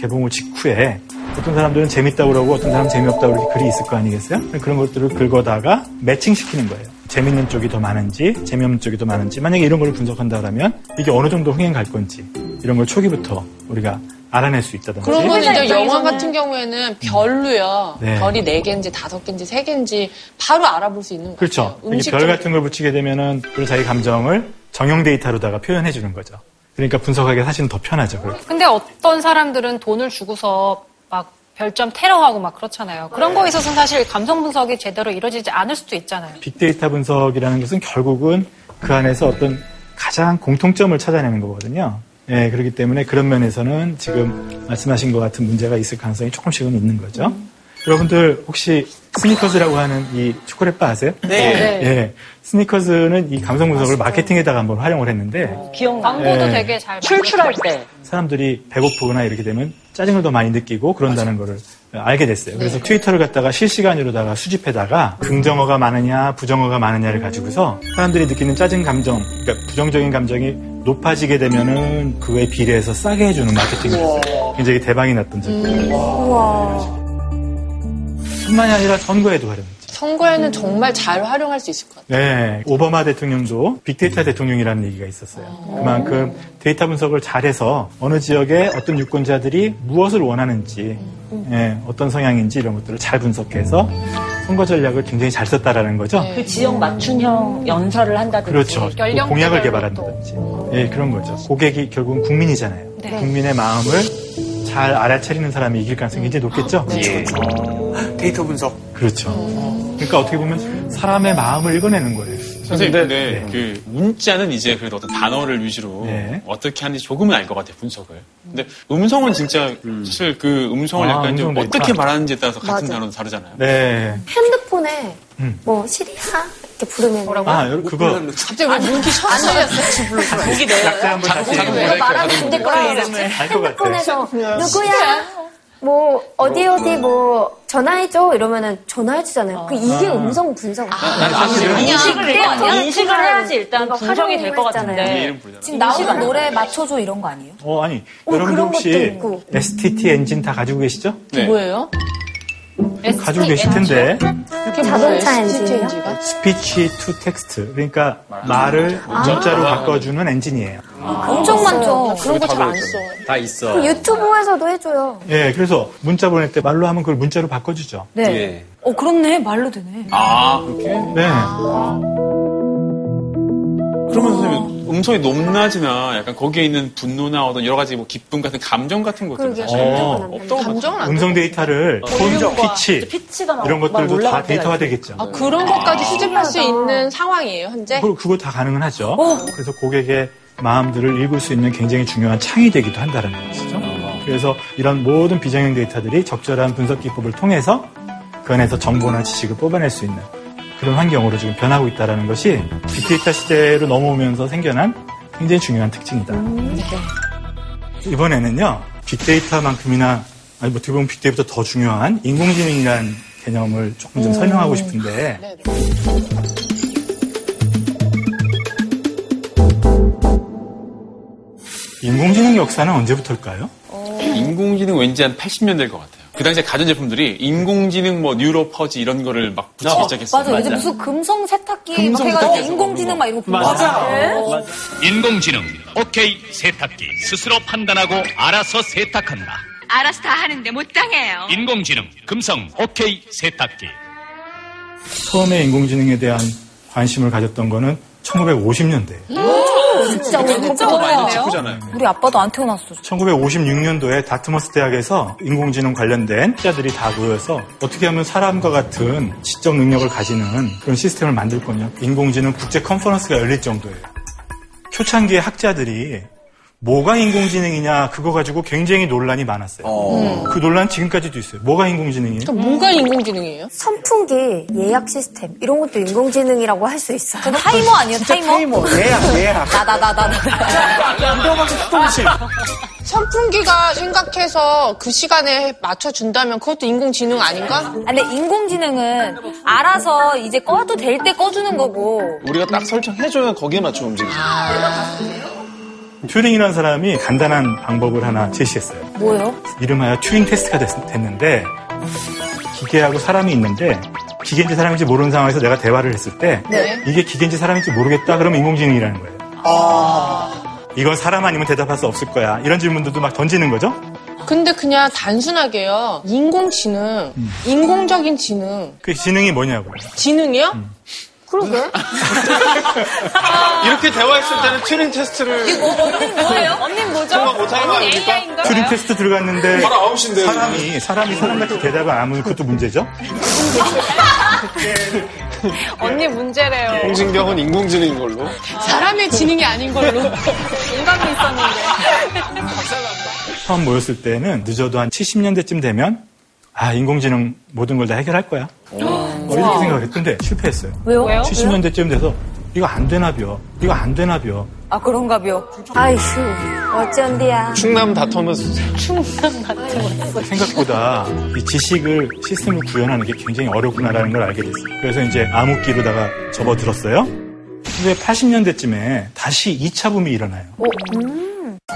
개봉 후 직후에 어떤 사람들은 재밌다고 그러고 어떤 사람은 재미없다고 이렇게 글이 있을 거 아니겠어요? 그런 것들을 긁어다가 매칭시키는 거예요. 재밌는 쪽이 더 많은지 재미없는 쪽이 더 많은지 만약에 이런 걸 분석한다라면 이게 어느 정도 흥행 갈 건지 이런 걸 초기부터 우리가 알아낼 수 있다든지 그런 건 이제 영화 같은 경우에는 별로요. 네. 별이 네개인지 다섯 개인지세개인지 바로 알아볼 수 있는 거예요. 그렇죠. 이게 음식 별 별 같은 걸 붙이게 되면은 그 자기 감정을 정형 데이터로다가 표현해 주는 거죠. 그러니까 분석하기 사실은 더 편하죠. 그렇게. 근데 어떤 사람들은 돈을 주고서 막 별점 테러하고 막 그렇잖아요. 그런 거에 있어서는 사실 감성 분석이 제대로 이루어지지 않을 수도 있잖아요. 빅데이터 분석이라는 것은 결국은 그 안에서 어떤 가장 공통점을 찾아내는 거거든요. 예, 그렇기 때문에 그런 면에서는 지금 말씀하신 것 같은 문제가 있을 가능성이 조금씩은 있는 거죠. 여러분들 혹시 스니커즈라고 하는 이 초콜릿바 아세요? 네. 예, 스니커즈는 이 감성 분석을 마케팅에다가 한번 활용을 했는데 기억나. 광고도 네. 되게 잘 출출할 때. 사람들이 배고프거나 이렇게 되면 짜증을 더 많이 느끼고 그런다는 거를 알게 됐어요. 네. 그래서 트위터를 갖다가 실시간으로다가 수집해다가 긍정어가 많으냐 부정어가 많으냐를 가지고서 사람들이 느끼는 짜증 감정, 그러니까 부정적인 감정이 높아지게 되면은 그에 비례해서 싸게 해주는 마케팅을 했어요. 굉장히 그- 음. 대박이 났던 적이. 뿐만이 아니라 선거에도 활용했죠. 선거에는 정말 잘 활용할 수 있을 것 같아요. 네, 오바마 대통령도 빅데이터 대통령이라는 얘기가 있었어요. 그만큼 데이터 분석을 잘해서 어느 지역에 어떤 유권자들이 무엇을 원하는지, 예, 어떤 성향인지 이런 것들을 잘 분석해서 선거 전략을 굉장히 잘 썼다라는 거죠. 네, 그 지역 맞춤형 연설을 한다든지. 그렇죠. 또 공약을 개발한다든지. 예, 그런 거죠. 고객이 결국은 국민이잖아요. 네. 국민의 마음을 잘 알아차리는 사람이 이길 가능성이 굉장히 높겠죠? 아, 네. 예. 데이터 분석. 그렇죠. 음. 그러니까 어떻게 보면 사람의 마음을 읽어내는 거예요. 선생님, 근데 네. 그 문자는 이제 그래도 어떤 단어를 위주로 어떻게 하는지 조금은 알 것 같아요, 분석을. 근데 음성은 진짜 사실 그 음성을 아, 약간 좀 음성 데이터. 어떻게 말하는지에 따라서 같은 맞아. 단어도 다르잖아요. 네. 핸드폰에 음. 뭐 시리하 이렇게 부르면 아, 뭐라고? 아, 여러분, 그거. 갑자기 왜 눈이 아, 셔서 목이 내려요? 약자 한번 다시 해볼까요? 이거 말하면 안될 거라고 이름을. 알것 같아. 핸드폰에서 그냥 누구야? 뭐 어디 어디 뭐 전화해줘 이러면은 전화해주잖아요. 그 이게 아. 음성 분석. 난 사실은 아니야. 인식을 그때 일단- 전화 인식을 해야지 일단 뭔가 분석이 될것 활용을 같은데. 했잖아요. 이름 부르잖아. 지금 나오는 인식을 노래 맞춰줘 이런 거 아니에요? 어, 아니. 어, 여러분 그런 것도 혹시 있고. STT 엔진 다 가지고 계시죠? 네. 네. 뭐예요? 가지고 계실 텐데. 자동차 엔진이요? 엔진인가? 스피치 투 텍스트. 그러니까 말을 문자로 아. 바꿔주는 엔진이에요. 엄청 많죠. 그런 거 잘 안 써. 다 있어. 그럼 유튜브에서도 해줘요. 예, 그래서 문자 보낼 때 말로 하면 그걸 문자로 바꿔주죠. 네. 예. 어 그렇네 말로 되네. 어. 아, 그렇게? 네. 그러면 선생님, 음성이 높낮이나 약간 거기에 있는 분노나 어떤 여러 가지 뭐 기쁨 같은 감정 같은 것들. 그러게요. 감정은 안 감정은 안 어. 음성 데이터를 톤, 피치 피치가 이런 것들도 다 데이터화 되겠죠. 아, 그런 것까지 수집할 수 있는 상황이에요, 현재? 그걸- 그거 다 가능은 하죠. 그래서 고객의 마음들을 읽을 수 있는 굉장히 중요한 창이 되기도 한다는 것이죠. 그래서 이런 모든 비정형 데이터들이 적절한 분석 기법을 통해서 그 안에서 정보나 지식을 뽑아낼 수 있는 그런 환경으로 지금 변하고 있다는 것이 빅데이터 시대로 넘어오면서 생겨난 굉장히 중요한 특징이다. 음. 네. 이번에는요, 빅데이터만큼이나, 아니, 뭐 어떻게 보면 빅데이터보다 더 중요한 인공지능이라는 개념을 조금 좀 음. 설명하고 싶은데, 인공지능 역사는 언제부터일까요? 어. 인공지능 왠지 한 80년 될 것 같아요. 그 당시에 가전제품들이 인공지능 뭐 뉴로퍼지 이런 거를 막 붙이기 시작했어요. 맞아. 이제 무슨 금성 세탁기 금성 막 해가지고 세탁기 인공지능 막 이런 거 맞아. 보고. 맞아. 네. 인공지능 오케이 세탁기 스스로 판단하고 알아서 세탁한다. 알아서 다 하는데 못 당해요. 인공지능 금성 오케이 세탁기. 처음에 인공지능에 대한 관심을 가졌던 거는 1950년대. 진짜 진짜 오래됐다. 오래됐네요. 우리 아빠도 안 태어났어. 1956년도에 다트머스 대학에서 인공지능 관련된 학자들이 다 모여서 어떻게 하면 사람과 같은 지적 능력을 가지는 그런 시스템을 만들 거냐. 인공지능 국제 컨퍼런스가 열릴 정도예요. 초창기에 학자들이 뭐가 인공지능이냐 그거 가지고 굉장히 논란이 많았어요. 그 논란 지금까지도 있어요. 뭐가 인공지능이에요? 뭐가 인공지능이에요? 선풍기 예약 시스템 이런 것도 인공지능이라고 할 수 있어요. 그 타이머 아니에요? 타이머? 뭐, 예약, 예약. 아, 나나나나나. 선풍기가 생각해서 그 시간에 맞춰준다면 그것도 인공지능 아닌가? 근데 인공지능은 알아서 이제 꺼도 될 때 꺼주는 거고. 우리가 딱 설정해줘야 거기에 맞춰 움직이죠. 튜링이라는 사람이 간단한 방법을 하나 제시했어요. 뭐요? 이름하여 튜링 테스트가 됐, 는데 기계하고 사람이 있는데 기계인지 사람인지 모르는 상황에서 내가 대화를 했을 때 네. 이게 기계인지 사람인지 모르겠다 그러면 인공지능이라는 거예요. 이건 사람 아니면 대답할 수 없을 거야. 이런 질문들도 막 던지는 거죠. 근데 그냥 단순하게요. 인공지능, 인공적인 지능, 그 지능이 뭐냐고요. 지능이요? 그러게. 이렇게 대화했을 때는 튜링 테스트를. 이거 뭐예요? 언니 뭐죠? 통화 못하는 거 아닙니까? 튜링 테스트 들어갔는데 바로 아웃인데. 사람이 사람이 사람같이 대답을 안 하면 그것도 문제죠. 언니 문제래요. 홍진경은 인공지능인 걸로. 사람의 지능이 아닌 걸로. 인간이 있었는데. 처음 모였을 때는 늦어도 한 70년대쯤 되면 아 인공지능 모든 걸 다 해결할 거야. 어, 이렇게 우와. 생각했는데 실패했어요. 왜요? 왜요? 70년대쯤 돼서 이거 안 되나벼. 이거 안 되나벼. 아 그런가벼. 아이씨 어쩐디야. 충남 다터머스 충남 같은 거. 생각보다 이 지식을 시스템을 구현하는 게 굉장히 어렵구나라는 걸 알게 됐어요. 그래서 이제 암흑기로다가 음. 접어들었어요. 근데 80년대쯤에 다시 2차 붐이 일어나요.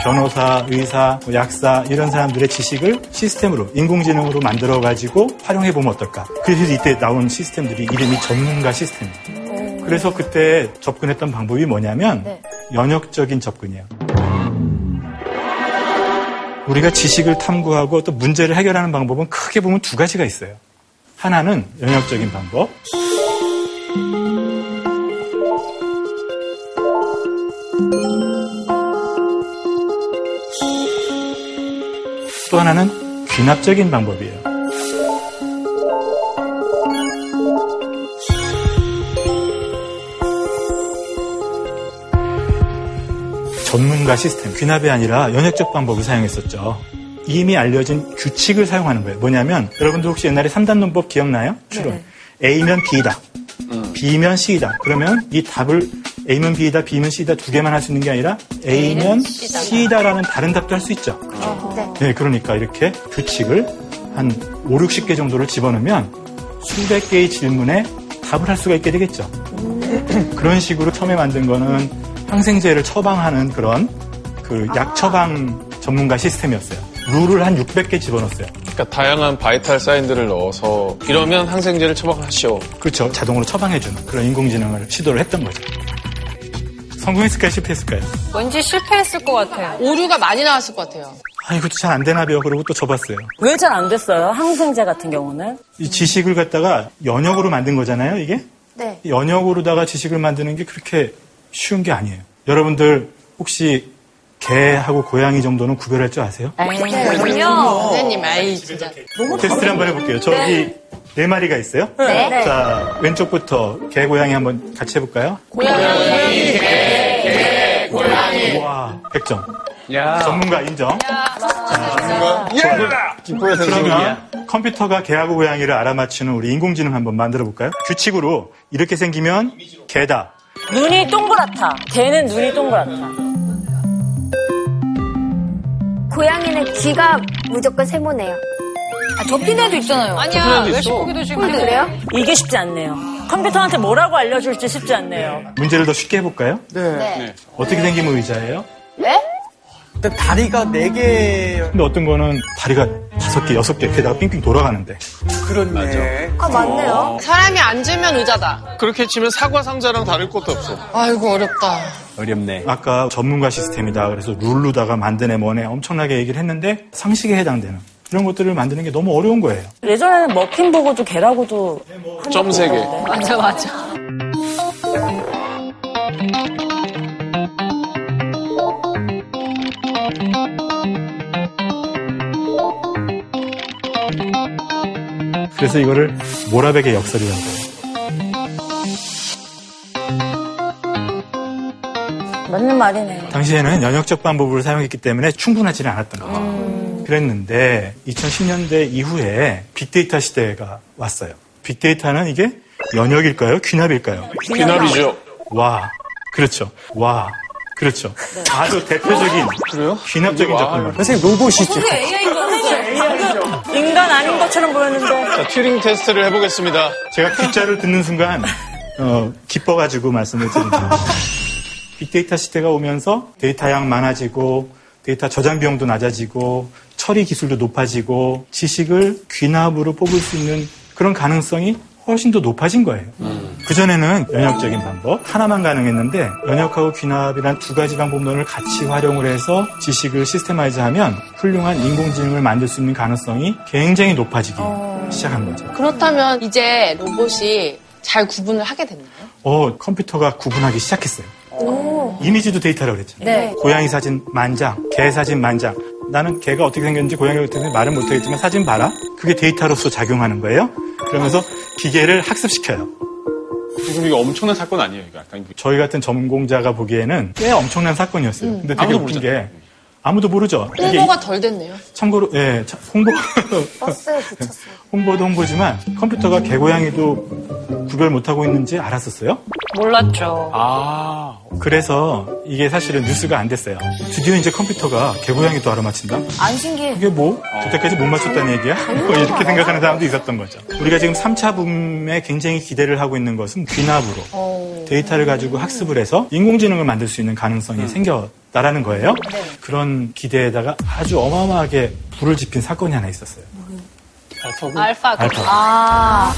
변호사, 의사, 뭐 약사 이런 사람들의 지식을 시스템으로 인공지능으로 만들어 가지고 활용해 보면 어떨까? 그래서 이때 나온 시스템들이 이름이 전문가 시스템이에요. 그래서 그때 접근했던 방법이 뭐냐면 네. 연역적인 접근이에요. 우리가 지식을 탐구하고 또 문제를 해결하는 방법은 크게 보면 두 가지가 있어요. 하나는 연역적인 방법. 또 하나는 귀납적인 방법이에요. 전문가 시스템, 귀납이 아니라 연역적 방법을 사용했었죠. 이미 알려진 규칙을 사용하는 거예요. 뭐냐면 여러분들 혹시 옛날에 3단 논법 기억나요? 추론. A면 B다. B면 C다. 그러면 이 답을 A면 B다, B면 C다 두 개만 할 수 있는 게 아니라 A면 C다라는 다른 답도 할 수 있죠. 네, 그러니까 이렇게 규칙을 한 5, 60개 정도를 집어넣으면 수백 개의 질문에 답을 할 수가 있게 되겠죠. 그런 식으로 처음에 만든 거는 항생제를 처방하는 그런 그 약 처방 전문가 시스템이었어요. 룰을 한 600개 집어넣었어요. 그러니까 다양한 바이탈 사인들을 넣어서 이러면 항생제를 처방하시오. 그렇죠. 자동으로 처방해주는 그런 인공지능을 시도를 했던 거죠. 성공했을까요? 실패했을까요? 왠지 실패했을 것 같아요. 오류가 많이 나왔을 것 같아요. 아, 이것도 잘 안 되나 봬요. 그러고 또 접었어요. 왜 잘 안 됐어요? 항생제 같은 경우는? 이 지식을 갖다가 연역으로 만든 거잖아요, 이게? 네. 연역으로다가 지식을 만드는 게 그렇게 쉬운 게 아니에요. 여러분들 혹시 개하고 고양이 정도는 구별할 줄 아세요? 그럼요. 선생님, 아이, 진짜. 테스트를 한번 해볼게요. 저기 네. 마리가 있어요? 네. 네. 자, 왼쪽부터 개, 고양이 한번 같이 해볼까요? 와, 100점. 전문가 인정. 기뻐야 되는 그러면 컴퓨터가 개하고 고양이를 알아맞히는 우리 인공지능 한번 만들어 볼까요? 규칙으로 이렇게 생기면 개다. 눈이 동그랗다. 개는 눈이 동그랗다. 고양이는 귀가 무조건 세모네요. 아, 접힌 애도 있잖아요. 아니야, 웰시코기도 지금 홀드 세모. 그래요? 이게 쉽지 않네요. 컴퓨터한테 뭐라고 알려줄지 쉽지 않네요. 문제를 더 쉽게 해볼까요? 네. 어떻게 생기면 의자예요? 네? 일단 다리가 4개. 근데 어떤 거는 다리가 5개, 6개 이렇게다가 빙빙 돌아가는데. 그렇네. 아, 맞네요. 사람이 앉으면 의자다. 그렇게 치면 사과 상자랑 다를 것도 없어. 아이고, 어렵다. 어렵네. 아까 전문가 시스템이다. 그래서 룰로다가 만드네 뭐네 엄청나게 얘기를 했는데 상식에 해당되는 이런 것들을 만드는 게 너무 어려운 거예요. 예전에는 머핀 보고도 개라고도. 점세 개. 맞아, 맞아. 그래서 이거를 모라백의 역설이라고 해요. 맞는 말이네. 당시에는 연역적 방법을 사용했기 때문에 충분하지는 않았던 거예요. 그랬는데 2010년대 이후에 빅데이터 시대가 왔어요. 빅데이터는 이게 연역일까요? 귀납일까요? 귀납이죠. 와, 그렇죠. 와, 그렇죠. 네. 아주 대표적인 귀납적인 작품. 선생님 로봇이죠. AI인 거 인간 아닌 것처럼 보였는데. 자, 튜링 테스트를 해보겠습니다. 제가 귓자를 듣는 순간 어, 기뻐가지고 말씀을 드립니다 빅데이터 시대가 오면서 데이터 양 많아지고 데이터 저장 비용도 낮아지고 처리 기술도 높아지고 지식을 귀납으로 뽑을 수 있는 그런 가능성이 훨씬 더 높아진 거예요. 그전에는 연역적인 방법 하나만 가능했는데 연역하고 귀납이란 두 가지 방법론을 같이 활용을 해서 지식을 시스템화이즈하면 훌륭한 인공지능을 만들 수 있는 가능성이 굉장히 높아지기 시작한 거죠. 그렇다면 이제 로봇이 잘 구분을 하게 됐나요? 어, 컴퓨터가 구분하기 시작했어요. 이미지도 데이터라고 그랬죠. 네. 고양이 사진 만장, 개 사진 만장. 나는 개가 어떻게 생겼는지 고양이가 어떻게 생겼는지 말은 못하겠지만 사진 봐라. 그게 데이터로서 작용하는 거예요. 그러면서 기계를 학습시켜요. 지금 그 이거 엄청난 사건 아니에요? 이거 약간 저희 같은 전공자가 보기에는 꽤 엄청난 사건이었어요. 근데 되게 아무도 웃긴 게 아무도 모르죠. 이게 홍보가 덜 됐네요. 참고로 예, 참- 홍보 버스에 붙였어요. 홍보도 홍보지만 컴퓨터가 개고양이도 구별 못하고 있는지 알았었어요? 몰랐죠. 아. 그래서 이게 사실은 뉴스가 안 됐어요. 드디어 이제 컴퓨터가 개고양이도 알아맞힌다? 안 신기해. 그게 뭐? 그때까지 못 맞췄다는 얘기야? 뭐 이렇게 생각하는 사람도 있었던 거죠. 우리가 지금 3차 붐에 굉장히 기대를 하고 있는 것은 귀납으로 데이터를 가지고 학습을 해서 인공지능을 만들 수 있는 가능성이 생겼다라는 거예요. 그런 기대에다가 아주 어마어마하게 불을 지핀 사건이 하나 있었어요. 알파고. 알파고. 알파고. 아.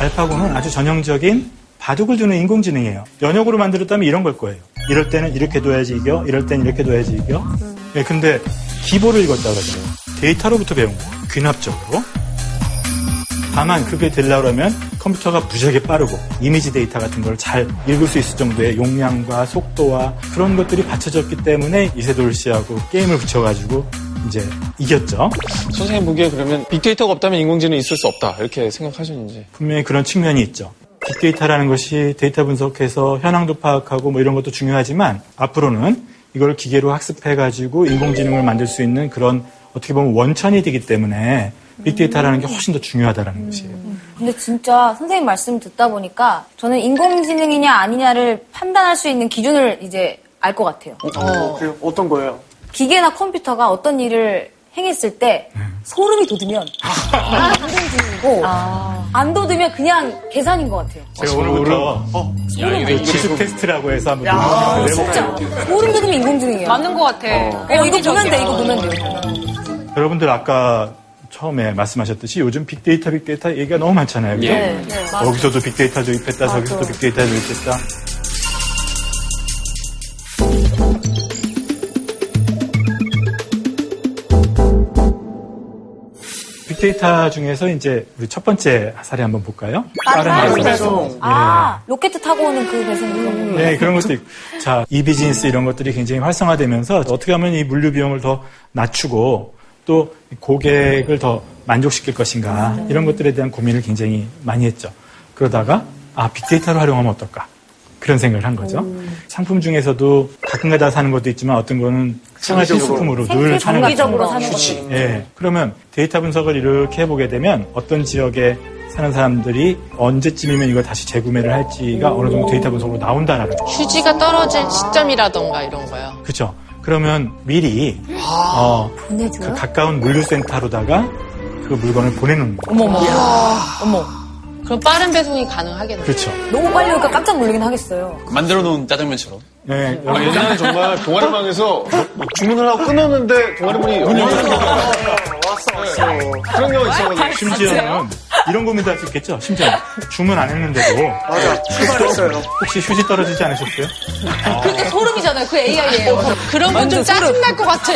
알파고는 아주 전형적인 바둑을 두는 인공지능이에요. 연역으로 만들었다면 이런 걸 거예요. 이럴 때는 이렇게 둬야지 이겨, 이럴 때는 이렇게 둬야지 이겨. 예, 근데 기보를 읽었다 그러잖아요. 데이터로부터 배운 거, 귀납적으로. 다만 그게 되려면 컴퓨터가 무지하게 빠르고 이미지 데이터 같은 걸 잘 읽을 수 있을 정도의 용량과 속도와 그런 것들이 받쳐졌기 때문에 이세돌 씨하고 게임을 붙여가지고 이제 이겼죠. 선생님 보기에 그러면 빅데이터가 없다면 인공지능이 있을 수 없다. 이렇게 생각하셨는지. 분명히 그런 측면이 있죠. 빅데이터라는 것이 데이터 분석해서 현황도 파악하고 뭐 이런 것도 중요하지만 앞으로는 이걸 기계로 학습해가지고 인공지능을 만들 수 있는 그런 어떻게 보면 원천이 되기 때문에 빅데이터라는 게 훨씬 더 중요하다라는 것이에요. 근데 진짜 선생님 말씀 듣다 보니까 저는 인공지능이냐 아니냐를 판단할 수 있는 기준을 이제 알 것 같아요. 그래요? 어떤 거예요? 기계나 컴퓨터가 어떤 일을 행했을 때 네. 소름이 돋으면 아. 인공지능이고 아. 안 돋으면 그냥 계산인 것 같아요. 제가 오늘부터 어, 야, 이거 기출 테스트라고 해서 한번 야, 아, 해볼게요. 진짜 소름 돋으면 인공지능이에요. 맞는 것 같아. 어, 이거 보면 돼, 이거 보면 돼. 여러분들 아까 처음에 말씀하셨듯이 요즘 빅데이터 빅데이터 얘기가 너무 많잖아요. 그죠? 네, 네, 맞아요. 여기서도 빅데이터 도입했다, 맞아. 저기서도 빅데이터 도입했다. 빅데이터 중에서 이제 우리 첫 번째 사례 한번 볼까요? 빠른 배송. 예. 배송. 아, 로켓 타고 오는 그 배송. 그런 거. 네, 그런 것도 있고. 자, 이 비즈니스 이런 것들이 굉장히 활성화되면서 어떻게 하면 이 물류 비용을 더 낮추고 또 고객을 더 만족시킬 것인가 이런 것들에 대한 고민을 굉장히 많이 했죠. 그러다가 아, 빅데이터를 활용하면 어떨까? 그런 생각을 한 거죠. 상품 중에서도 가끔가다 사는 것도 있지만 어떤 거는 생활 장기적으로. 필수품으로 생필품 늘 사는 거. 장기적으로 사는 그치. 거죠. 예. 그러면 데이터 분석을 이렇게 해보게 되면 어떤 지역에 사는 사람들이 언제쯤이면 이걸 다시 재구매를 할지가 어느 정도 데이터 분석으로 나온다라는 거죠. 휴지가 떨어질 시점이라던가 이런 거요. 그렇죠. 그러면 미리 어, 그 가까운 물류센터로다가 그 물건을 보내는 거예요. 아. 어머, 어머. 어머. 그럼 빠른 배송이 가능하겠네요. 그렇죠. 너무 빨리 오니까 깜짝 놀라긴 하겠어요. 만들어 놓은 짜장면처럼. 네. 아, 옛날에 정말 동아리방에서 주문을 하고 끊었는데 동아리분이 문이 열렸어요. 그러니까. 왔어, 왔어. 그런 경우가 있어가지고. 심지어는 이런 고민도 할 수 있겠죠. 심지어 주문 안 했는데도 맞아. 출발했어요. 혹시 휴지 떨어지지 않으셨어요? 그게 소름이잖아요. 그 AI예요. 그러면 좀 짜증날 것 같아.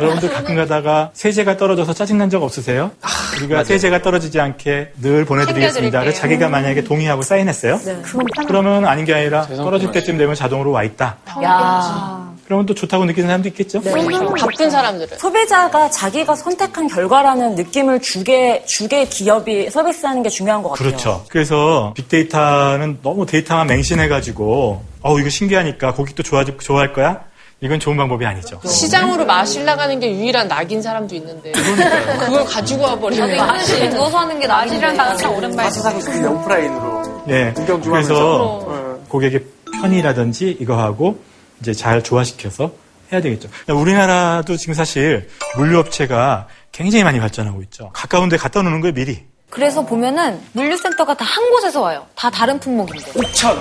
여러분들 아, 가끔 가다가 세제가 떨어져서 짜증난 적 없으세요? 우리가 세제가 떨어지지 않게 늘 보내드리겠습니다를 챙겨드릴게요. 음. 네. 자기가 만약에 동의하고 사인했어요? 네. 그러면 아닌 게 아니라 떨어질 때쯤 되면 자동으로 와 있다. 야. 그러면 또 좋다고 느끼는 사람도 있겠죠? 네. 네. 음. 바쁜 사람들은. 소비자가 자기가 선택한 결과라는 느낌을 주게, 주게 기업이 서비스하는 게 중요한 것 같아요. 그렇죠. 그래서 빅데이터는 너무 데이터만 맹신해가지고 어 이거 신기하니까 고객도 좋아 좋아할 거야. 이건 좋은 방법이 아니죠. 네. 시장으로 마실 나가는 게 유일한 낙인 사람도 있는데. 그걸 가지고 와버리면. 나도 이거는 집에 누워서 하는 게 낫지. 낙이라는 단어 참 오랜만에 그냥 오프라인으로. 예. 그래서 고객의 편의라든지 이거하고 이제 잘 조화시켜서 해야 되겠죠. 그러니까 우리나라도 지금 사실 물류업체가 굉장히 많이 발전하고 있죠. 가까운 데 갖다 놓는 거예요, 미리. 그래서 보면은 물류센터가 다 한 곳에서 와요. 다 다른 품목인데. 옥천.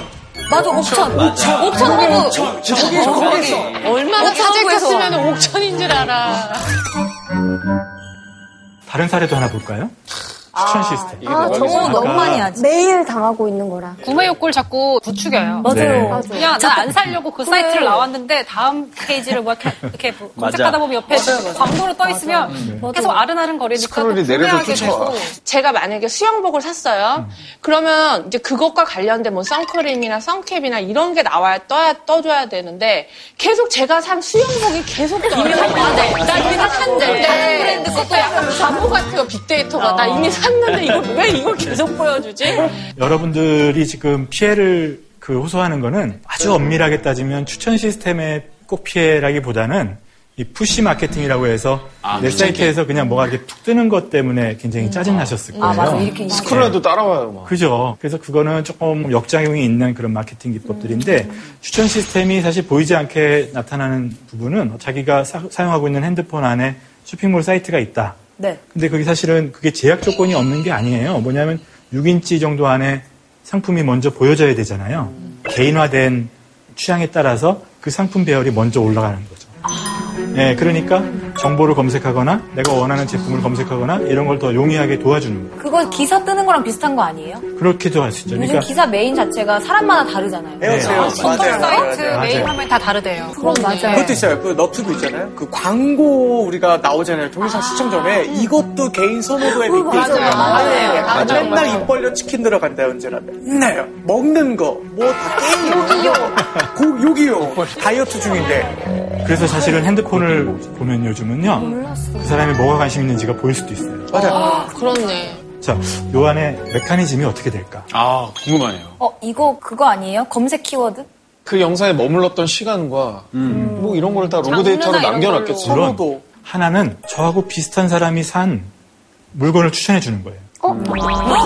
맞아, 옥천. 옥천. 옥천 거기 호구. 옥천. 저기, 저기. 저기. 얼마나 옥천 호구에서 타작했으면 와. 옥천인 줄 알아. 다른 사례도 하나 볼까요? 추천 시스템. 아, 저거 너무 아까 많이 하지. 매일 당하고 있는 거라. 구매 욕구를 자꾸 음. 부추겨요. 맞아요. 네. 맞아요. 그냥 난 안 살려고 그 그래. 사이트를 나왔는데 다음 페이지를 뭐 이렇게, 이렇게 뭐 맞아. 검색하다 보면 옆에 광고로 떠 있으면 계속 아른아른 거리니까 또 구매하게 되고. 제가 만약에 수영복을 음. 샀어요. 그러면 이제 그것과 관련된 뭐 선크림이나 선캡이나 이런 게 나와야 떠야 떠줘야 되는데 계속 제가 산 수영복이 계속 떠요. 이미 샀는데. 나 이미 샀는데. 다른 브랜드 것도 약간 바보 같아요. 빅데이터가 나 이미 샀는데 이걸 왜 이걸 계속 보여주지? 여러분들이 지금 피해를 그 호소하는 거는 아주 엄밀하게 따지면 추천 시스템의 꼭 피해라기보다는 이 푸시 마케팅이라고 해서 아, 내 귀찮게. 사이트에서 그냥 뭐가 이렇게 툭 뜨는 것 때문에 굉장히 짜증 나셨을 거예요. 네. 스크롤에도 따라와요. 막. 그죠. 그래서 그거는 조금 역작용이 있는 그런 마케팅 기법들인데 추천 시스템이 사실 보이지 않게 나타나는 부분은 자기가 사, 용하고 있는 핸드폰 안에 쇼핑몰 사이트가 있다. 네. 근데 그게 사실은 그게 제약 조건이 없는 게 아니에요. 뭐냐면 6인치 정도 안에 상품이 먼저 보여져야 되잖아요. 개인화된 취향에 따라서 그 상품 배열이 먼저 올라가는 거죠. 네, 그러니까 정보를 검색하거나 내가 원하는 제품을 검색하거나 이런 걸 더 용이하게 도와주는 거예요. 그거 기사 뜨는 거랑 비슷한 거 아니에요? 그렇게도 할 수 있죠. 요즘 그러니까 기사 메인 자체가 사람마다 다르잖아요. 네, 맞아요. 맞아요. 어떤 사이트 맞아요. 메인 화면이 다 다르대요. 네. 그건 맞아요. 그것도 있어요. 그 너튜브 있잖아요. 그 광고 우리가 나오잖아요. 동영상 시청 전에 이것도 개인 선호도에 어, 밑에 있어요. 맞아요. 맞아요. 아, 맞아요. 맨날 맞아요. 입 벌려 치킨 들어간다 언제라면. 맨날 먹는 거, 뭐 다 게임, 요기요, 요기요. 다이어트 중인데. 그래서 사실은 핸드폰을 보면 요즘은요 몰랐어. 그 사람이 뭐가 관심 있는지가 보일 수도 있어요. 아, 그렇네. 자, 요 안에 메커니즘이 어떻게 될까? 아 궁금하네요. 어, 이거 그거 아니에요? 검색 키워드? 그 영상에 머물렀던 시간과 뭐 이런 걸 다 로그 데이터로 남겨놨겠지. 물론 하나는 저하고 비슷한 사람이 산 물건을 추천해 주는 거예요. 어?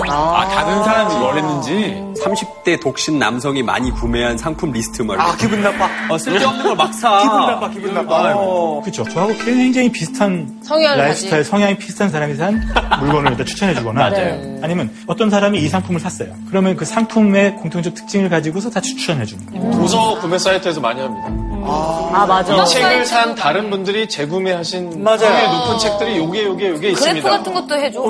아, 다른 사람이 뭘 했는지. 30대 독신 남성이 많이 구매한 상품 리스트 말. 아, 기분 나빠. 어, 쓸데없는 걸 막 사. 어. 기분 나빠, 기분 나빠. 그렇죠. 저하고 굉장히 비슷한 성향을 라이프스타일 가진. 성향이 비슷한 사람이 산 물건을 일단 추천해 주거나 맞아요. 아니면 어떤 사람이 이 상품을 샀어요. 그러면 그 상품의 공통적 특징을 가지고서 다 추천해 주는 거예요. 도서 구매 사이트에서 많이 합니다. 음. 아, 맞아. 음. 이 책을 산 다른 분들이 재구매하신 맞아요. 확률 높은 책들이 요게 요게 요게 있습니다. 것도 해줘.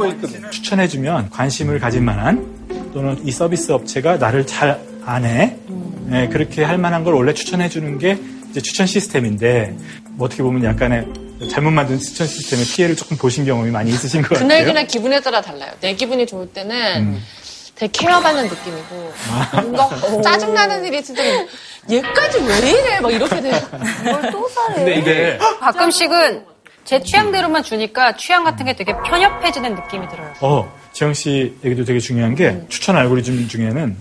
추천해주면 관심을 가질 만한 또는 이 서비스 업체가 나를 잘 아네 네, 그렇게 할 만한 걸 원래 추천해주는 게 이제 추천 시스템인데 뭐 어떻게 보면 약간의 잘못 만든 추천 시스템의 피해를 조금 보신 경험이 많이 있으신 것 같아요. 음. 그날그날 기분에 따라 달라요. 내 기분이 좋을 때는 되게 케어받는 느낌이고 아. 뭔가 짜증나는 일이 있을 때는 얘까지 왜 이래? 막 이렇게 돼요. 뭘또 사래? 근데 네. 이게 가끔씩은 제 취향대로만 주니까 취향 같은 게 되게 편협해지는 느낌이 들어요. 어, 지영 씨 얘기도 되게 중요한 게 추천 알고리즘 중에는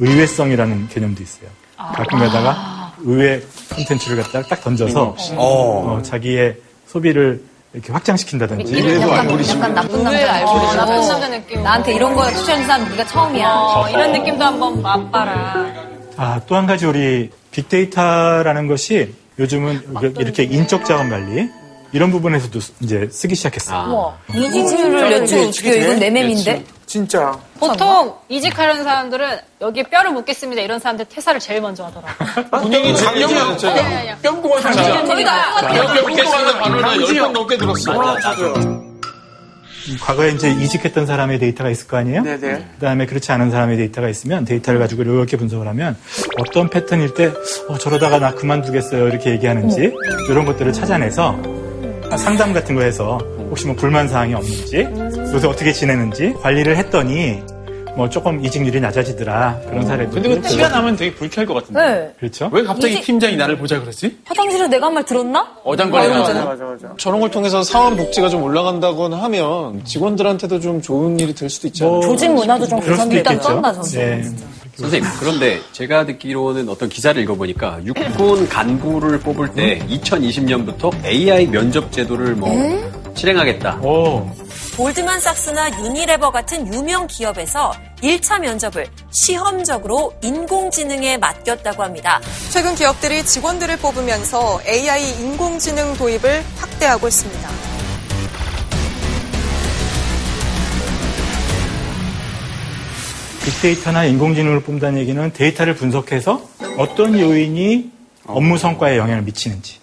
의외성이라는 개념도 있어요. 가끔 가다가 의외 콘텐츠를 갖다가 딱 던져서 어, 자기의 소비를 이렇게 확장시킨다든지 약간 나쁜 남자. 의외의 알고리즘. 어, 나쁜 남자 느낌. 나한테 이런 거 추천한 사람 네가 처음이야. 어, 이런 느낌도 한번 맛봐라. 아, 또 한 가지 우리 빅데이터라는 것이 요즘은 이렇게 인적 자원 관리 이런 부분에서도 쓰- 이제 쓰기 시작했어요. 아. 우와. 음. 이지를 여쭤 어떻게 해요? 이건 내 맴인데? 진짜. 보통 이직하려는 사람들은 여기에 뼈를 묻겠습니다. 이런 사람들 퇴사를 제일 먼저 하더라고요. 아, 분위기 제일 네. 좋잖아요. 뿅구가 열번 넘게 들었어. 음, 과거에 이제 이직했던 사람의 데이터가 있을 거 아니에요? 그다음에 그렇지 않은 사람의 데이터가 있으면 데이터를 가지고 이렇게 분석을 하면 어떤 패턴일 때 어, 저러다가 나 그만두겠어요 이렇게 얘기하는지 이런 것들을 찾아내서 상담 같은 거 해서 혹시 뭐 불만 사항이 없는지 요새 어떻게 지내는지 관리를 했더니 뭐 조금 이직률이 낮아지더라 그런 사례도 근데 그 티가 나면 되게 불쾌할 것 같은데. 네. 그렇죠? 왜 갑자기 이제- 팀장이 나를 보자 그랬지? 화장실에서 내가 한 말 들었나? 어장관리 맞아, 나와요. 맞아, 저런 걸 통해서 사원 복지가 좀 올라간다거나 하면 직원들한테도 좀 좋은 일이 될 수도 있잖아요. 조직 문화도 좀뭐 그럴 수도 개선됐다. 있겠죠. 떴나, 저는. 예. 선생님, 그런데 제가 듣기로는 어떤 기사를 읽어보니까 육군 간부를 뽑을 때 2020년부터 AI 면접 제도를 뭐 네? 실행하겠다. 골드만삭스나 유니레버 같은 유명 기업에서 1차 면접을 시험적으로 인공지능에 맡겼다고 합니다. 최근 기업들이 직원들을 뽑으면서 AI 인공지능 도입을 확대하고 있습니다. 빅데이터나 인공지능을 뽑는다는 얘기는 데이터를 분석해서 어떤 요인이 어. 업무 성과에 영향을 미치는지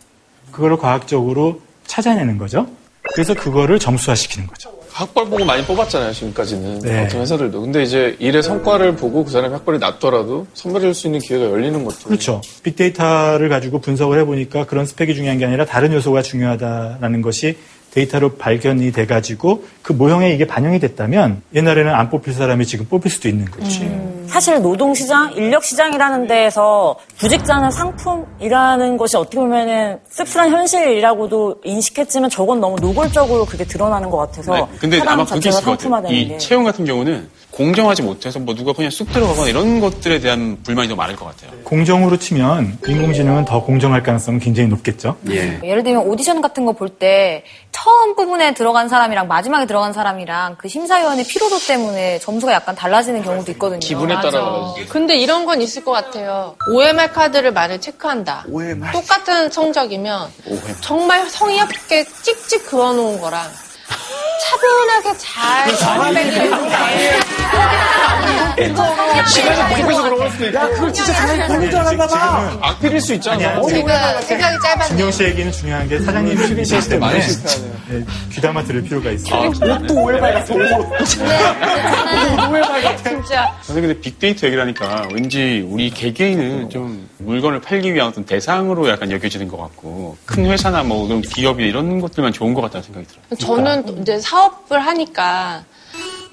그거를 과학적으로 찾아내는 거죠. 그래서 그거를 점수화시키는 거죠. 학벌 보고 많이 뽑았잖아요, 지금까지는. 네. 어떤 회사들도. 근데 이제 일의 성과를 보고 그 사람이 학벌이 낮더라도 선별할 수 있는 기회가 열리는 음. 것도. 그렇죠. 빅데이터를 가지고 분석을 해보니까 그런 스펙이 중요한 게 아니라 다른 요소가 중요하다라는 것이 데이터로 발견이 음. 돼가지고 그 모형에 이게 반영이 됐다면 옛날에는 안 뽑힐 사람이 지금 뽑힐 수도 있는 거지. 음. 사실 노동시장, 네. 인력시장이라는 데에서 구직자는 상품이라는 것이 어떻게 보면은 씁쓸한 현실이라고도 인식했지만 저건 너무 노골적으로 그게 드러나는 것 같아서. 아니, 네, 근데 사람 아마 그게 자체가 있을 것 같아요. 상품화되는 게. 이 채용 같은 경우는 공정하지 못해서 뭐 누가 그냥 쑥 들어가거나 이런 것들에 대한 불만이 더 많을 것 같아요. 공정으로 치면 인공지능은 더 공정할 가능성은 굉장히 높겠죠. 예를 들면 오디션 같은 거 볼 때 처음 부분에 들어간 사람이랑 마지막에 들어간 사람이랑 그 심사위원의 피로도 때문에 점수가 약간 달라지는 경우도 있거든요. 기분에 따라 달라지죠. 근데 이런 건 있을 것 같아요. OMR 카드를 만약 체크한다. OMR. 똑같은 성적이면 정말 성의 없게 찍찍 그어놓은 거랑 차분하게 잘 시간이 네. 급해서 그런 걸 수도 있고. 야, 그걸 진짜 잘 아니, 보는 줄 알았나 봐. 지금은 악필일 수 있잖아. 아니, 아니, 제가 생각이 짧았네. 진영 씨 얘기는 중요한 게 사장님 음, 출근 시간 시스템 때문에 많이 음. 네, 귀담아 들을 필요가 있어요. 옷도 오해발 같아. 진짜. 저는 근데 빅데이터 얘기를 하니까 왠지 우리 개개인은 좀 물건을 팔기 위한 어떤 대상으로 약간 여겨지는 것 같고 음. 큰 회사나 뭐 그런 기업이 이런 것들만 좋은 것 같다는 생각이 들어요. 저는 그러니까. 또 이제 사업을 하니까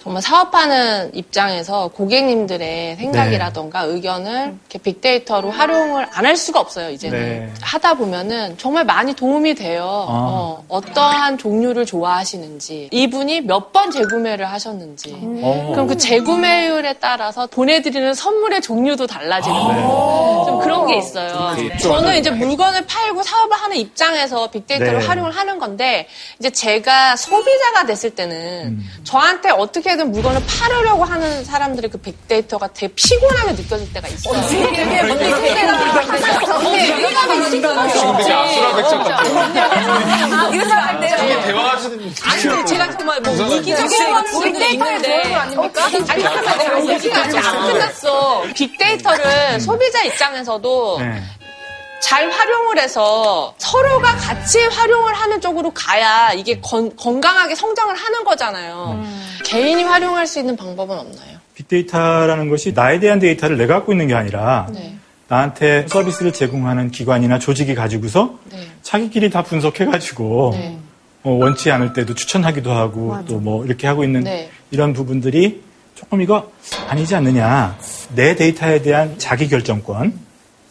정말 사업하는 입장에서 고객님들의 생각이라던가 네. 의견을 이렇게 빅데이터로 활용을 안 할 수가 없어요, 이제는. 네. 하다 보면은 정말 많이 도움이 돼요. 아. 어, 어떠한 종류를 좋아하시는지, 이분이 몇 번 재구매를 하셨는지. 어. 그럼 그 재구매율에 따라서 보내드리는 선물의 종류도 달라지는 아. 거예요. 좀 그런 게 있어요. 되게 저는 좋아하는 이제 물건을 팔고 사업을 하는 입장에서 빅데이터를 네. 활용을 하는 건데 이제 제가 소비자가 됐을 음. 때는 음. 저한테 어떻게든 물건을 팔으려고 하는 사람들의 그 빅데이터가 되게 피곤하게 느껴질 때가 있어요. 되게 뭔데 그때가 지금 되게 아수라 백작 네. 같아. 이거 잘안 돼요. 이게 대화하시는. 아니, 근데 제가 정말 뭐 무슨 이기적인 말이야? 건 보이는 있는데. 아닙니까? 아니, 그러니까 아니, 얘기가 아직 안 끝났어. 음. 빅데이터를 소비자 입장에서도 네. 잘 활용을 해서 서로가 같이 활용을 하는 쪽으로 가야 이게 건, 건강하게 성장을 하는 거잖아요. 음. 개인이 활용할 수 있는 방법은 없나요? 빅데이터라는 것이 나에 대한 데이터를 내가 갖고 있는 게 아니라 네. 나한테 서비스를 제공하는 기관이나 조직이 가지고서 자기끼리 다 분석해가지고 네. 어, 원치 않을 때도 추천하기도 하고 또 뭐 이렇게 하고 있는 네. 이런 부분들이 조금 이거 아니지 않느냐 내 데이터에 대한 자기 결정권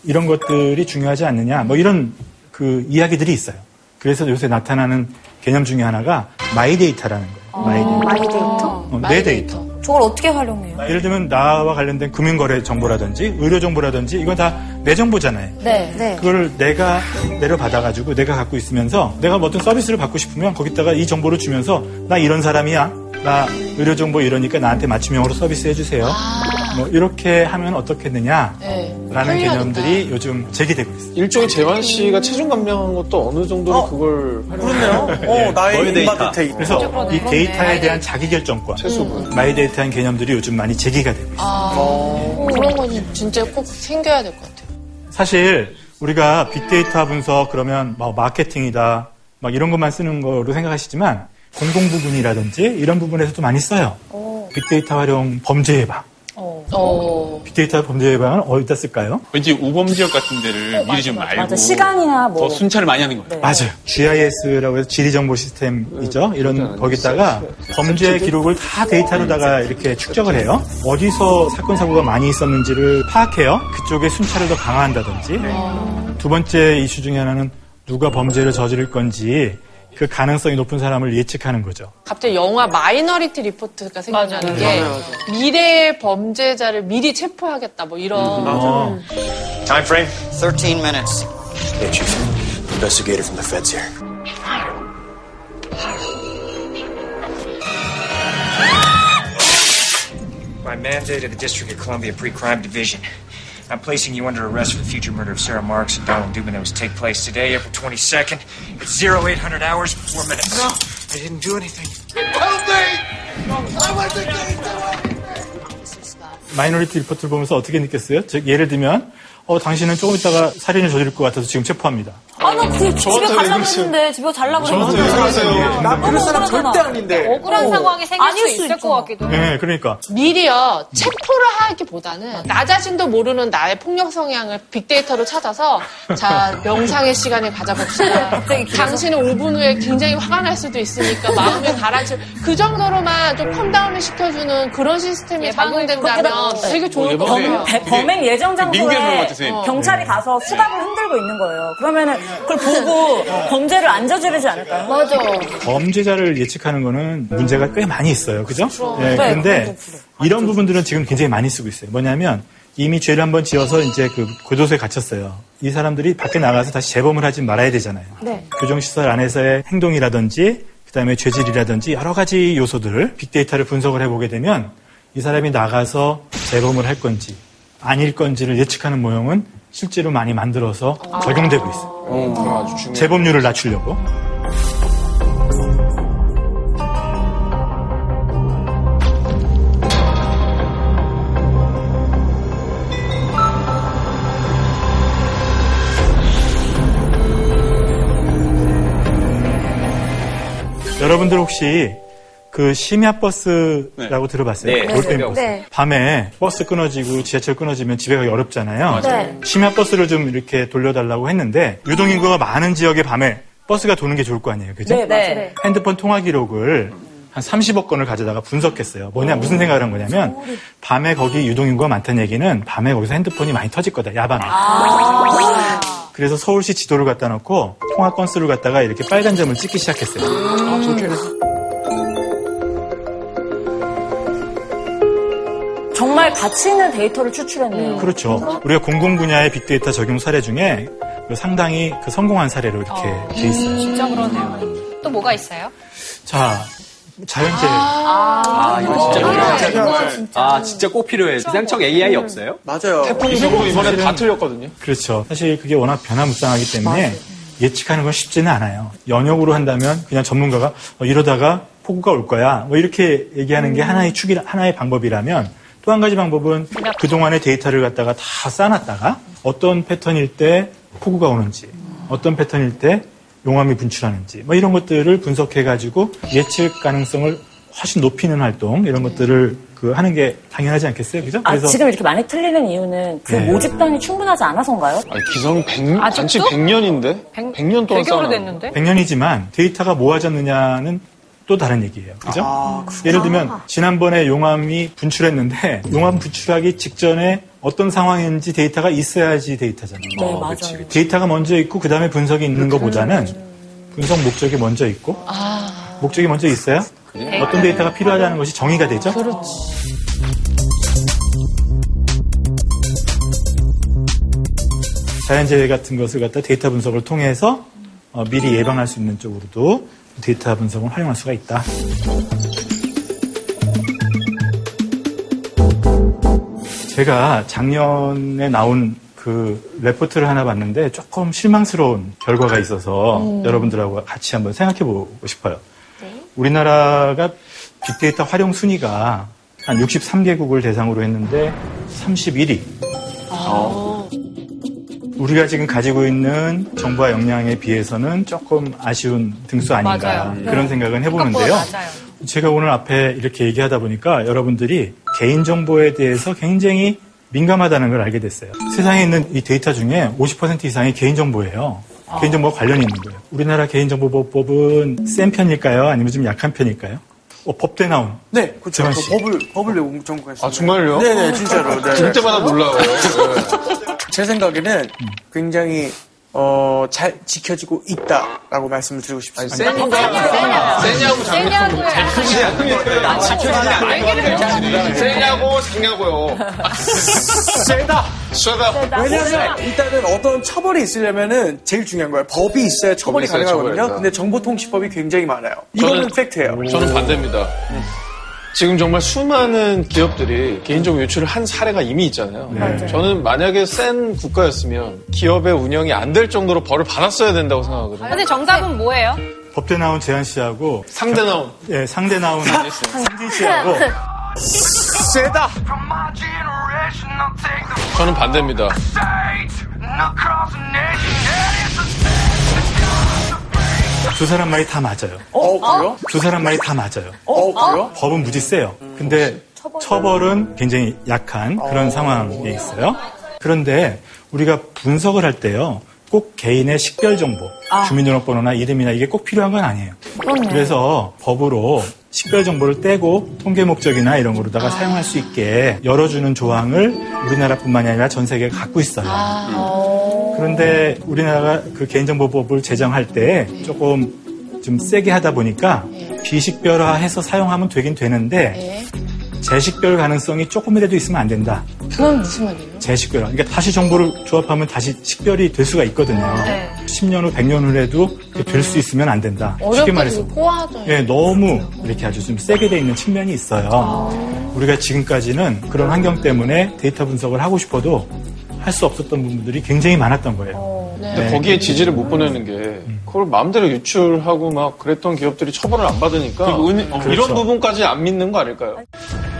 이런 것들이 중요하지 않느냐 뭐 이런 그 이야기들이 있어요. 그래서 요새 나타나는 개념 중에 하나가 마이 데이터라는 거예요. 마이 데이터. 마이 데이터? 어, 내 데이터. 저걸 어떻게 활용해요? 예를 들면 나와 관련된 금융거래 정보라든지 의료 정보라든지 이건 다 내 정보잖아요. 네. 네. 그걸 내가 내려받아가지고 내가 갖고 있으면서 내가 뭐 어떤 서비스를 받고 싶으면 거기다가 이 정보를 주면서 나 이런 사람이야. 나 의료 정보 이러니까 나한테 맞춤형으로 서비스 해주세요. 아, 뭐 이렇게 하면 어떻겠느냐라는 네. 개념들이 요즘 제기되고 있어요. 일종의 재환 씨가 체중 감량한 것도 어느 정도로 그걸 활용해요. 예. 너의 데이터. 그렇죠. 그래서 이 데이터에 대한 자기결정권, 음. 마이 데이터한 개념들이 요즘 많이 제기가 되고 있어요. 아, 그런 건 진짜 꼭 생겨야 될 것 같아요. 사실 우리가 빅데이터 분석 그러면 막 마케팅이다 막 이런 것만 쓰는 거로 생각하시지만 공공 부분이라든지 이런 부분에서도 많이 써요. 빅데이터 활용 범죄 예방. 어. 어. 빅데이터 범죄 예방은 어디다 쓸까요? 왠지 우범 지역 같은 데를 미리 좀 말고 어, 맞아. 시간이나 뭐. 더 순찰을 많이 하는 거예요. 맞아요. GIS라고 해서 지리 정보 시스템이죠. 이런 거기다가 범죄 기록을 다 데이터로다가 이렇게 축적을 해요. 어디서 사건 사고가 많이 있었는지를 파악해요. 그쪽에 순찰을 더 강화한다든지. 네. 어. 두 번째 이슈 중에 하나는 누가 범죄를 저지를 건지 그 가능성이 높은 사람을 예측하는 거죠. 갑자기 영화 마이너리티 리포트가 생각나는 게 맞아요, 미래의 범죄자를 미리 체포하겠다 뭐 음. 이런 Time frame? 13 minutes. Hey, Chief. Investigator from the feds here. By mandate of the District of Columbia Pre-Crime Division, I'm placing you under arrest for the future murder of Sarah Marks and Donald Dubin that was to take place today, April 22nd. It's 0800 hours, 4 minutes. No, I didn't do anything. Help me! I wasn't going to 마이너리티 리포트를 보면서 어떻게 느꼈어요? 즉 예를 들면 어, 당신은 조금 있다가 살인을 저지를 것 같아서 지금 체포합니다. 아, 나 그, 집에 저한테 왜 가려고 그러세요? 음. 했는데, 집에 가려고 저한테 했는데. 왜 그러세요? 나 그럴 사람 억울하잖아. 절대 아닌데. 억울한 어. 상황이 생길 아닐 수 있을 것 같기도 해요. 네, 그러니까. 미리요 체포를 하기보다는 나 자신도 모르는 나의 폭력 성향을 빅데이터로 찾아서 자 명상의 시간을 가져봅시다. 당신은 5분 후에 굉장히 화가 날 수도 있으니까 마음을 가라앉히고 그 정도로만 좀 컴다운을 시켜주는 예, 그런 시스템이 그것보다 적용된다면 되게 어, 좋을 것 네. 같아요. 어, 네. 범- 범행 예정 장소에 어, 미국에서 그런 것 같아, 선생님. 경찰이 가서 네. 수갑을 흔들고 있는 거예요. 그러면은 그걸 보고 범죄를 안 저지르지 않을까요? 맞아. 범죄자를 예측하는 거는 문제가 꽤 많이 있어요. 그죠? 그럼. 예, 네, 근데 그건 이런 부분들은 지금 굉장히 많이 쓰고 있어요. 뭐냐면 이미 죄를 한번 지어서 이제 그 교도소에 갇혔어요. 이 사람들이 밖에 나가서 다시 재범을 하지 말아야 되잖아요. 네. 교정시설 안에서의 행동이라든지 그다음에 죄질이라든지 여러 가지 요소들을 빅데이터를 분석을 해보게 되면 이 사람이 나가서 재범을 할 건지 아닐 건지를 예측하는 모형은 실제로 많이 만들어서 적용되고 있어요. 재범률을 낮추려고. 여러분들 혹시 그 심야버스라고 들어봤어요? 네, 올빼미 네. 버스. 네. 밤에 버스 끊어지고 지하철 끊어지면 집에 가기 어렵잖아요. 맞아요. 네. 심야버스를 좀 이렇게 돌려달라고 했는데 유동인구가 많은 지역에 밤에 버스가 도는 게 좋을 거 아니에요. 그죠? 네, 네. 네. 핸드폰 통화 기록을 한 30억 건을 가져다가 분석했어요. 뭐냐, 무슨 생각을 한 거냐면, 밤에 거기 유동인구가 많다는 얘기는 밤에 거기서 핸드폰이 많이 터질 거다, 야밤에. 그래서 서울시 지도를 갖다 놓고 통화 건수를 갖다가 이렇게 빨간 점을 찍기 시작했어요. 음. 아, 아, 정말 가치 있는 데이터를 추출했네요. 그렇죠. 우리가 공공 분야의 빅데이터 적용 사례 중에 상당히 그 성공한 사례로 이렇게 돼 있어요. 진짜 그러네요. 또 뭐가 있어요? 자, 자연재해. 아, 아, 이거 진짜 아, 필요해요. 이거 진짜. 아, 진짜 꼭 필요해요. 기상청 AI 없어요? 맞아요. 태풍이 정도 이번에 다 틀렸거든요. 그렇죠. 사실 그게 워낙 변화무쌍하기 때문에 예측하는 건 쉽지는 않아요. 연역으로 한다면 그냥 전문가가 어, 이러다가 폭우가 올 거야. 뭐 이렇게 얘기하는 음. 게 하나의 축이 하나의 방법이라면 또 한 가지 방법은 그렇죠. 그동안의 데이터를 갖다가 다 쌓아놨다가 어떤 패턴일 때 폭우가 오는지 어떤 패턴일 때 용암이 분출하는지 뭐 이런 것들을 분석해 가지고 예측 가능성을 훨씬 높이는 활동 이런 것들을 그 하는 게 당연하지 않겠어요? 그죠? 아, 지금 이렇게 많이 틀리는 이유는 그 네. 모집단이 충분하지 않아서인가요? 아니, 기성 100, 아직도? 단지 100년인데? 100, 년 동안 백여로 쌓아놨는데. 됐는데? 100년이지만 데이터가 모아졌느냐는 또 다른 얘기예요. 그죠? 아, 예를 들면 지난번에 용암이 분출했는데 음. 용암 분출하기 직전에 어떤 상황인지 데이터가 있어야지 데이터잖아요. 네, 어, 맞아요. 그치, 데이터가 먼저 있고 그 다음에 분석이 있는 것보다는 분석 목적이 먼저 있고 아. 목적이 먼저 있어야 네. 그래요? 네. 어떤 데이터가 필요하다는 것이 정의가 되죠. 자연재해 같은 것을 갖다 데이터 분석을 통해서 어, 미리 예방할 수 있는 쪽으로도 데이터 분석을 활용할 수가 있다. 제가 작년에 나온 그 레포트를 하나 봤는데 조금 실망스러운 결과가 있어서 음. 여러분들하고 같이 한번 생각해 보고 싶어요. 네. 우리나라가 빅데이터 활용 순위가 한 63개국을 대상으로 했는데 31위. 아. 어. 우리가 지금 가지고 있는 정보와 역량에 비해서는 조금 아쉬운 등수 아닌가 맞아요. 그런 네. 생각은 해보는데요. 생각보다 낮아요. 제가 오늘 앞에 이렇게 얘기하다 보니까 여러분들이 개인정보에 대해서 굉장히 민감하다는 걸 알게 됐어요. 세상에 있는 이 데이터 중에 50% 이상이 개인정보예요. 개인정보와 관련이 있는 거예요. 우리나라 개인정보보호법은 센 편일까요? 아니면 좀 약한 편일까요? 어, 법대 나온. 네, 그렇죠. 재환 저 씨. 법을 법을 내고 전공했어요. 아, 정말요? 네네, 진짜로. 네. 들 때마다 그 놀라워요. 제 생각에는 굉장히 어, 잘 지켜지고 있다라고 말씀을 드리고 싶습니다. 세냐? 세냐고 장냐고. 나 지켜지지 않아요. 세냐고 장냐고요. 세다. 세다. 왜냐하면 일단은 어떤 처벌이 있으려면은 제일 중요한 거예요. 법이 있어야 처벌이 법이 있어야 처벌이 가능하거든요. 된다. 음. 근데 정보통치법이 굉장히 많아요. 이거는 저는- 팩트예요. 저는 반대입니다. 음. 지금 정말 수많은 기업들이 개인정보 유출을 한 사례가 이미 있잖아요. 네. 맞아요. 저는 만약에 센 국가였으면 기업의 운영이 안 될 정도로 벌을 받았어야 된다고 생각하거든요. 아, 근데 정답은 뭐예요? 법대 나온 재환 씨하고 상대 나온. 예, 상대 나온 상진 씨하고 세다. 저는 반대입니다. 두 사람 말이 다 맞아요. 어, 그래요? 두 사람 말이 다 맞아요. 어, 그래요? 법은 무지 세요. 근데 처벌은 어. 굉장히 약한 그런 상황에 있어요. 그런데 우리가 분석을 할 때요. 꼭 개인의 식별 정보, 아. 주민등록번호나 이름이나 이게 꼭 필요한 건 아니에요. 그렇네. 그래서 법으로 식별 정보를 떼고 통계 목적이나 이런 거로다가 사용할 수 있게 열어주는 조항을 우리나라뿐만이 아니라 전 세계가 갖고 있어요. 아, 그런데 우리나라가 그 개인정보법을 제정할 때 조금 좀 세게 하다 보니까 비식별화해서 사용하면 되긴 되는데 네. 재식별 가능성이 조금이라도 있으면 안 된다. 그건 무슨 말이에요? 재식별화. 그러니까 다시 정보를 조합하면 다시 식별이 될 수가 있거든요. 네. 10년 후, 100년 후에도 될 수 있으면 안 된다. 쉽게 말해서. 꼬아져. 예, 너무 이렇게 아주 좀 세게 돼 있는 측면이 있어요. 우리가 지금까지는 그런 환경 때문에 데이터 분석을 하고 싶어도 할 수 없었던 부분들이 굉장히 많았던 거예요. 근데 네. 거기에 지지를 못 보내는 게 그걸 마음대로 유출하고 막 그랬던 기업들이 처벌을 안 받으니까 그리고 은- 어, 이런 그렇죠. 부분까지 안 믿는 거 아닐까요?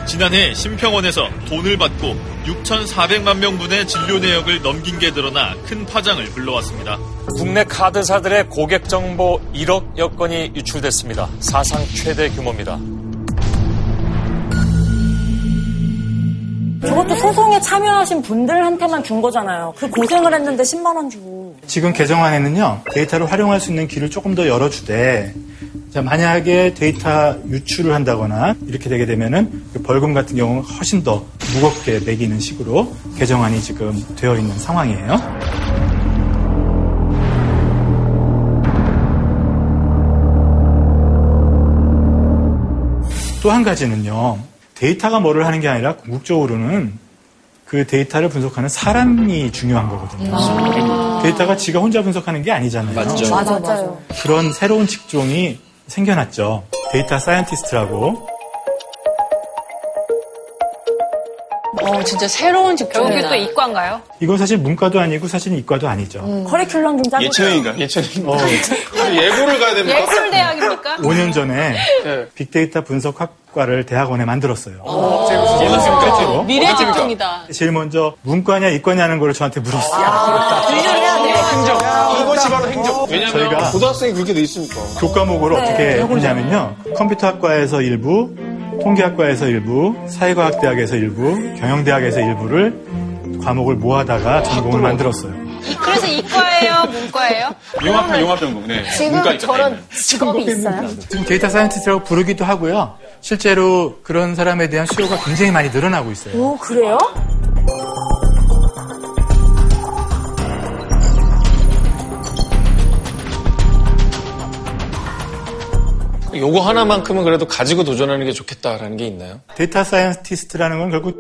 지난해 심평원에서 돈을 받고 6,400만 명분의 진료 내역을 넘긴 게 드러나 큰 파장을 불러왔습니다. 국내 카드사들의 고객 정보 1억 여 건이 유출됐습니다. 사상 최대 규모입니다. 저것도 소송에 참여하신 분들한테만 준 거잖아요. 그 고생을 했는데 10만 원 주고. 지금 개정안에는요, 데이터를 활용할 수 있는 길을 조금 더 열어주되, 자, 만약에 데이터 유출을 한다거나 이렇게 되게 되면은 그 벌금 같은 경우는 훨씬 더 무겁게 매기는 식으로 개정안이 지금 되어 있는 상황이에요. 또 한 가지는요. 데이터가 뭐를 하는 게 아니라 궁극적으로는 그 데이터를 분석하는 사람이 중요한 거거든요. 데이터가 지가 혼자 분석하는 게 아니잖아요. 맞아요. 그런 새로운 직종이 생겨났죠. 데이터 사이언티스트라고. 어, 진짜 새로운 직종. 결국에 또 이과인가요? 이건 사실 문과도 아니고 사실 이과도 아니죠. 음. 커리큘럼 좀 짜고. 예, 예체능. 어, 예고를 가야 됩니까? 예술대학입니까? 5년 전에 네. 빅데이터 분석학과를 대학원에 만들었어요. 어, 실제로. 미래 직종이다. 제일 먼저 문과냐 이과냐는 걸 저한테 물었어요. 행정. 아, 네. 아, 네. 이것이 바로 행정. 왜냐면 저희가 아, 고등학생이 그렇게 돼 있으니까. 교과목으로 네. 어떻게 했냐면요. 컴퓨터학과에서 일부, 통계학과에서 일부, 사회과학대학에서 일부, 경영대학에서 일부를 과목을 모아다가 전공을 만들었어요. 그래서 이과예요? 문과예요? 융합 융합 전공. 네. 문과 있다, 있네. 직업이 있어요? 지금 데이터 사이언티스트라고 부르기도 하고요. 실제로 그런 사람에 대한 수요가 굉장히 많이 늘어나고 있어요. 오, 그래요? 요거 하나만큼은 그래도 가지고 도전하는 게 좋겠다라는 게 있나요? 데이터 사이언티스트라는 건 결국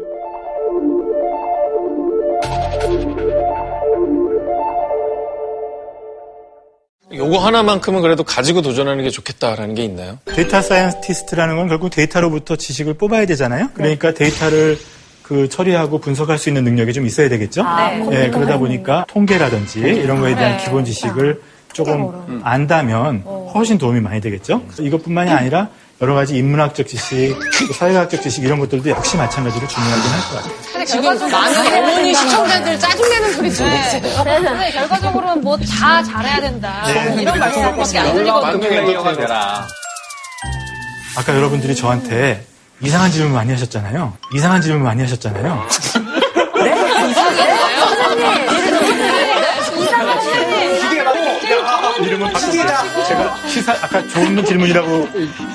요거 하나만큼은 그래도 가지고 도전하는 게 좋겠다라는 게 있나요? 데이터 사이언티스트라는 건 결국 데이터로부터 지식을 뽑아야 되잖아요. 그러니까 데이터를 그 처리하고 분석할 수 있는 능력이 좀 있어야 되겠죠. 아, 네. 예, 그러다 보니까 통계라든지 이런 거에 대한 그래. 기본 지식을 조금 안다면 훨씬 도움이 많이 되겠죠. 그래서 이것뿐만이 아니라 여러 가지 인문학적 지식, 또 사회학적 지식 이런 것들도 역시 마찬가지로 중요하긴 할 것 같아요. 근데 지금 많은 어머니 시청자들 짜증내는 소리 지금 뭐 네. 보세요. 근데 결과적으로는 뭐 다 잘해야 된다. 뭐 네. 이런 말씀밖에 안 들리거든요. 아까 여러분들이 저한테 이상한 질문 많이 하셨잖아요. 이상한 질문 많이 하셨잖아요. 아, 이름은 바꾸고 제가 시사 아까 좋은 질문이라고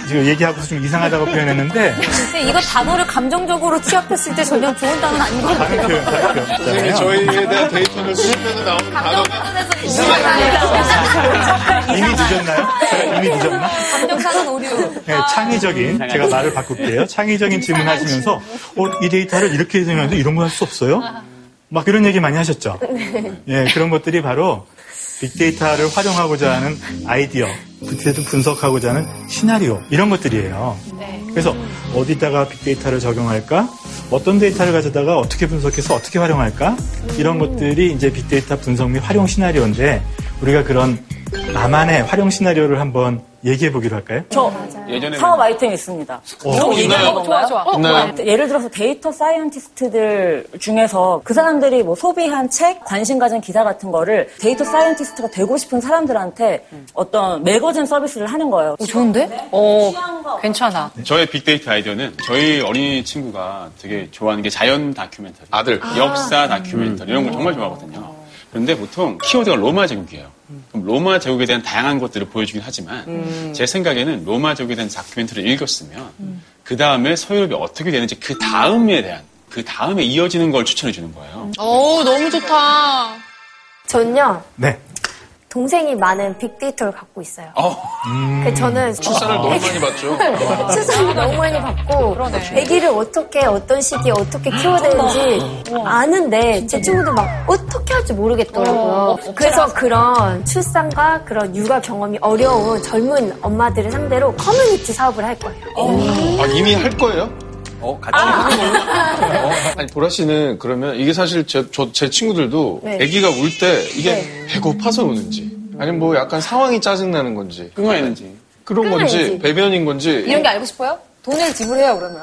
지금 얘기하고 좀 이상하다고 표현했는데 근데 이거 단어를 감정적으로 취합했을 때 전혀 좋은 단어는 아닌 것 같아요. 선생님, 네, 저희에 대한 데이터를 수집해서 나오는 단어가 이미 늦었나요? 제가 이미 늦었나? 감정상은 오류. 네, 창의적인 제가 말을 바꿀게요. 창의적인 질문하시면서 어, 이 데이터를 이렇게 해석하는데 이런 거 할 수 없어요? 막 이런 얘기 많이 하셨죠. 네. 예, 그런 것들이 바로 빅데이터를 활용하고자 하는 아이디어, 빅데이터 분석하고자 하는 시나리오 이런 것들이에요. 네. 그래서 어디다가 빅데이터를 적용할까? 어떤 데이터를 가져다가 어떻게 분석해서 어떻게 음. 활용할까? 이런 것들이 이제 빅데이터 분석 및 활용 시나리오인데 우리가 그런 나만의 활용 시나리오를 한번 얘기해 보기로 할까요? 저 예전에 네, 사업 아이템 있습니다. 뭐 어, 이거 있나요? 얘기하는 건가요? 좋아, 좋아. 있나요? 예를 들어서 데이터 사이언티스트들 중에서 그 사람들이 뭐 소비한 책, 관심 가진 기사 같은 거를 데이터 사이언티스트가 되고 싶은 사람들한테 어떤 매거진 서비스를 하는 거예요. 네. 좋은데? 어, 괜찮아. 저의 빅데이터 아이디어는 저희 어린이 친구가 되게 좋아하는 게 자연 다큐멘터리. 아들. 역사 다큐멘터리 이런 걸 정말 좋아하거든요. 그런데 보통 키워드가 로마 제국이에요. 그럼 로마 제국에 대한 다양한 것들을 보여주긴 하지만 음. 제 생각에는 로마 제국에 대한 다큐멘터리를 읽었으면 그 다음에 서유럽이 어떻게 되는지 그 다음에 대한 그 다음에 이어지는 걸 추천해 주는 거예요. 오, 너무 좋다. 전요. 네. 동생이 많은 빅데이터를 갖고 있어요. 어. 그 저는 출산을 너무 많이 봤죠. 네. 수술을 아. 너무 많이 받고 아기를 어떻게 어떤 시기에 어떻게 키워야 되는지 아는데 제 친구들 막 어떻게 할지 모르겠더라고요. 그래서 그런 출산과 그런 육아 경험이 어려운 젊은 엄마들을 상대로 커뮤니티 사업을 할 거예요. 아, 이미 할 거예요? 어, 아. 같이. 아니, 보라 씨는 그러면 이게 사실 제, 저, 제 친구들도 네. 아기가 울 때 이게 네. 배고파서 우는지 아니면 뭐 약간 상황이 짜증나는 건지 끊어야는지 그런 끊어야지. 건지 배변인 건지 이런 게 알고 싶어요? 돈을 지불해요, 그러면.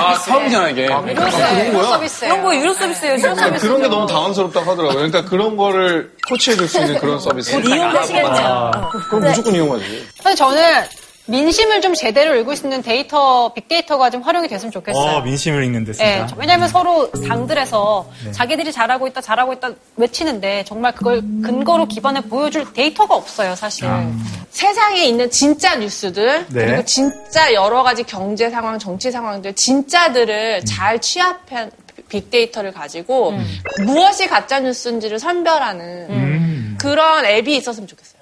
아, 사업이잖아, 이게. 아, 유료 그런 거야? 서비스. 이런 거 유료 서비스예요, 유료 그러니까 서비스. 그런 게 너무 당황스럽다고 하더라고요. 그러니까 그런 거를 코치해줄 수 있는 그런 서비스. 곧 이용되시겠죠. 아, 그럼 네. 무조건 이용하지. 그래서 저는 민심을 좀 제대로 읽을 수 있는 데이터, 빅데이터가 좀 활용이 됐으면 좋겠어요. 어, 민심을 읽는 예, 데입니다. 왜냐하면 서로 상들에서 네. 자기들이 잘하고 있다, 잘하고 있다 외치는데 정말 그걸 근거로 기반에 보여줄 데이터가 없어요, 사실. 세상에 있는 진짜 뉴스들 네. 그리고 진짜 여러 가지 경제 상황, 정치 상황들 진짜들을 음. 잘 취합한 빅데이터를 가지고 무엇이 가짜 뉴스인지를 선별하는 음. 음. 그런 앱이 있었으면 좋겠어요.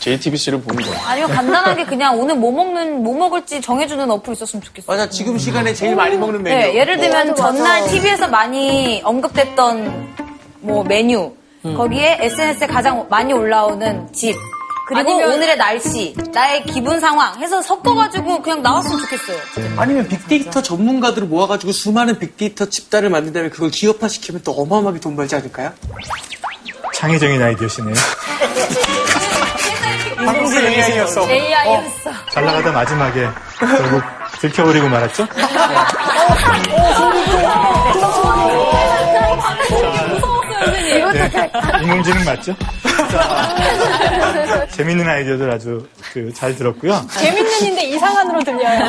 JTBC를 보는 거야. 아니요, 간단하게 그냥 오늘 뭐 먹는, 뭐 먹을지 정해주는 어플 있었으면 좋겠어요. 맞아, 지금 시간에 제일 많이 먹는 메뉴. 네, 예를 들면 맞아, 맞아. 전날 TV에서 많이 언급됐던 뭐 메뉴, 거기에 SNS에 가장 많이 올라오는 집, 그리고 아니면- 오늘의 날씨, 나의 기분 상황 해서 섞어가지고 그냥 나왔으면 좋겠어요. 아니면 빅데이터 전문가들을 모아가지고 수많은 빅데이터 집단을 만든 다음에 그걸 기업화시키면 또 어마어마하게 돈 벌지 않을까요? 창의적인 아이디어시네요. 방금 AI였어. AI였어. 잘 나가다 마지막에 결국 들켜버리고 말았죠? 이것도 인공지능 네. 맞죠? 재밌는 아이디어들 아주 그 잘 들었고요. 재밌는데 이상한으로 들려요.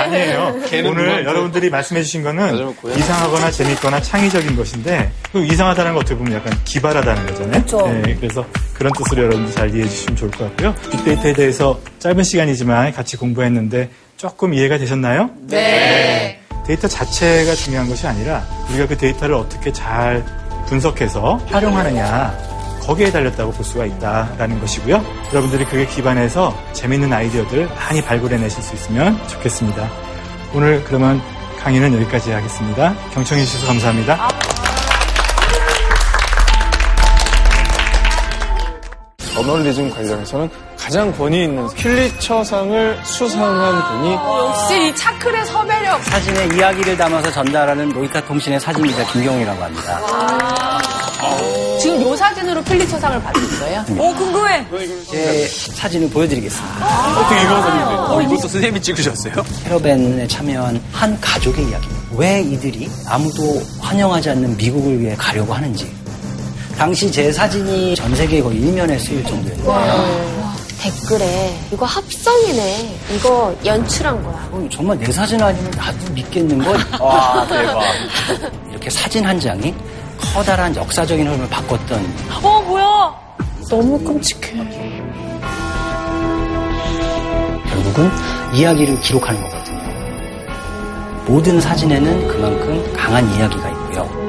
아니에요. 걔는 오늘 그만 둬. 여러분들이 말씀해주신 거는 이상하거나 재밌거나 창의적인 것인데 그 이상하다는 거 어떻게 보면 약간 기발하다는 거잖아요. 그쵸. 네, 그래서 그런 뜻으로 여러분들 잘 이해해 주시면 좋을 것 같고요. 빅데이터에 대해서 짧은 시간이지만 같이 공부했는데 조금 이해가 되셨나요? 네. 데이터 자체가 중요한 것이 아니라 우리가 그 데이터를 어떻게 잘 분석해서 활용하느냐 거기에 달렸다고 볼 수가 있다라는 것이고요. 여러분들이 그게 기반해서 재밌는 아이디어들 많이 발굴해내실 수 있으면 좋겠습니다. 오늘 그러면 강의는 여기까지 하겠습니다. 경청해 주셔서 감사합니다. 저널리즘 관련해서는 가장 권위 있는 퓰리처상을 수상한 분이 어, 역시 이 차클의 섭외력. 아. 사진에 이야기를 담아서 전달하는 로이타 통신의 사진기자 김경훈이라고 합니다. 아. 아. 지금 요 사진으로 필리처상을 받은 거예요? 오, 어, 궁금해. 그러니까 제 사진을 보여드리겠습니다. 아. 어떻게 이거 사진인데요? 어, 이것도 선생님이 찍으셨어요? 헤러벤에 참여한 한 가족의 이야기입니다. 왜 이들이 아무도 환영하지 않는 미국을 위해 가려고 하는지. 당시 제 사진이 전 세계 거의 1면에 쓰일 정도였는데요. 댓글에 이거 합성이네. 이거 연출한 거야. 어, 정말 내 사진 아니면 나도 믿겠는걸? 와, 대박. 이렇게 사진 한 장이 커다란 역사적인 흐름을 바꿨던 어, 뭐야? 너무 끔찍해. 결국은 이야기를 기록하는 거거든요. 모든 사진에는 그만큼 강한 이야기가 있고요.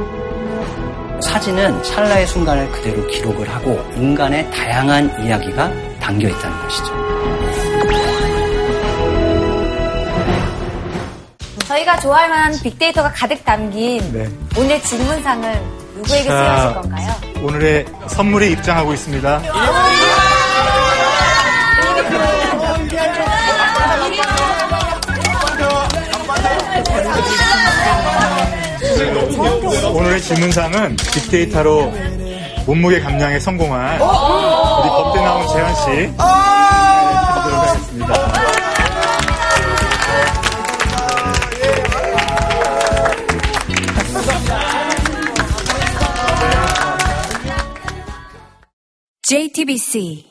사진은 찰나의 순간을 그대로 기록을 하고 인간의 다양한 이야기가 담겨 있다는 것이죠. 저희가 좋아할 만한 빅데이터가 가득 담긴 네. 오늘 질문상은 누구에게 자. 수여하실 건가요? 오늘의 선물이 입장하고 있습니다. 오늘의 질문상은 빅데이터로 몸무게 감량에 성공한 우리 법대 때 나온 재현 씨. 네, 들어가 있습니다. JTBC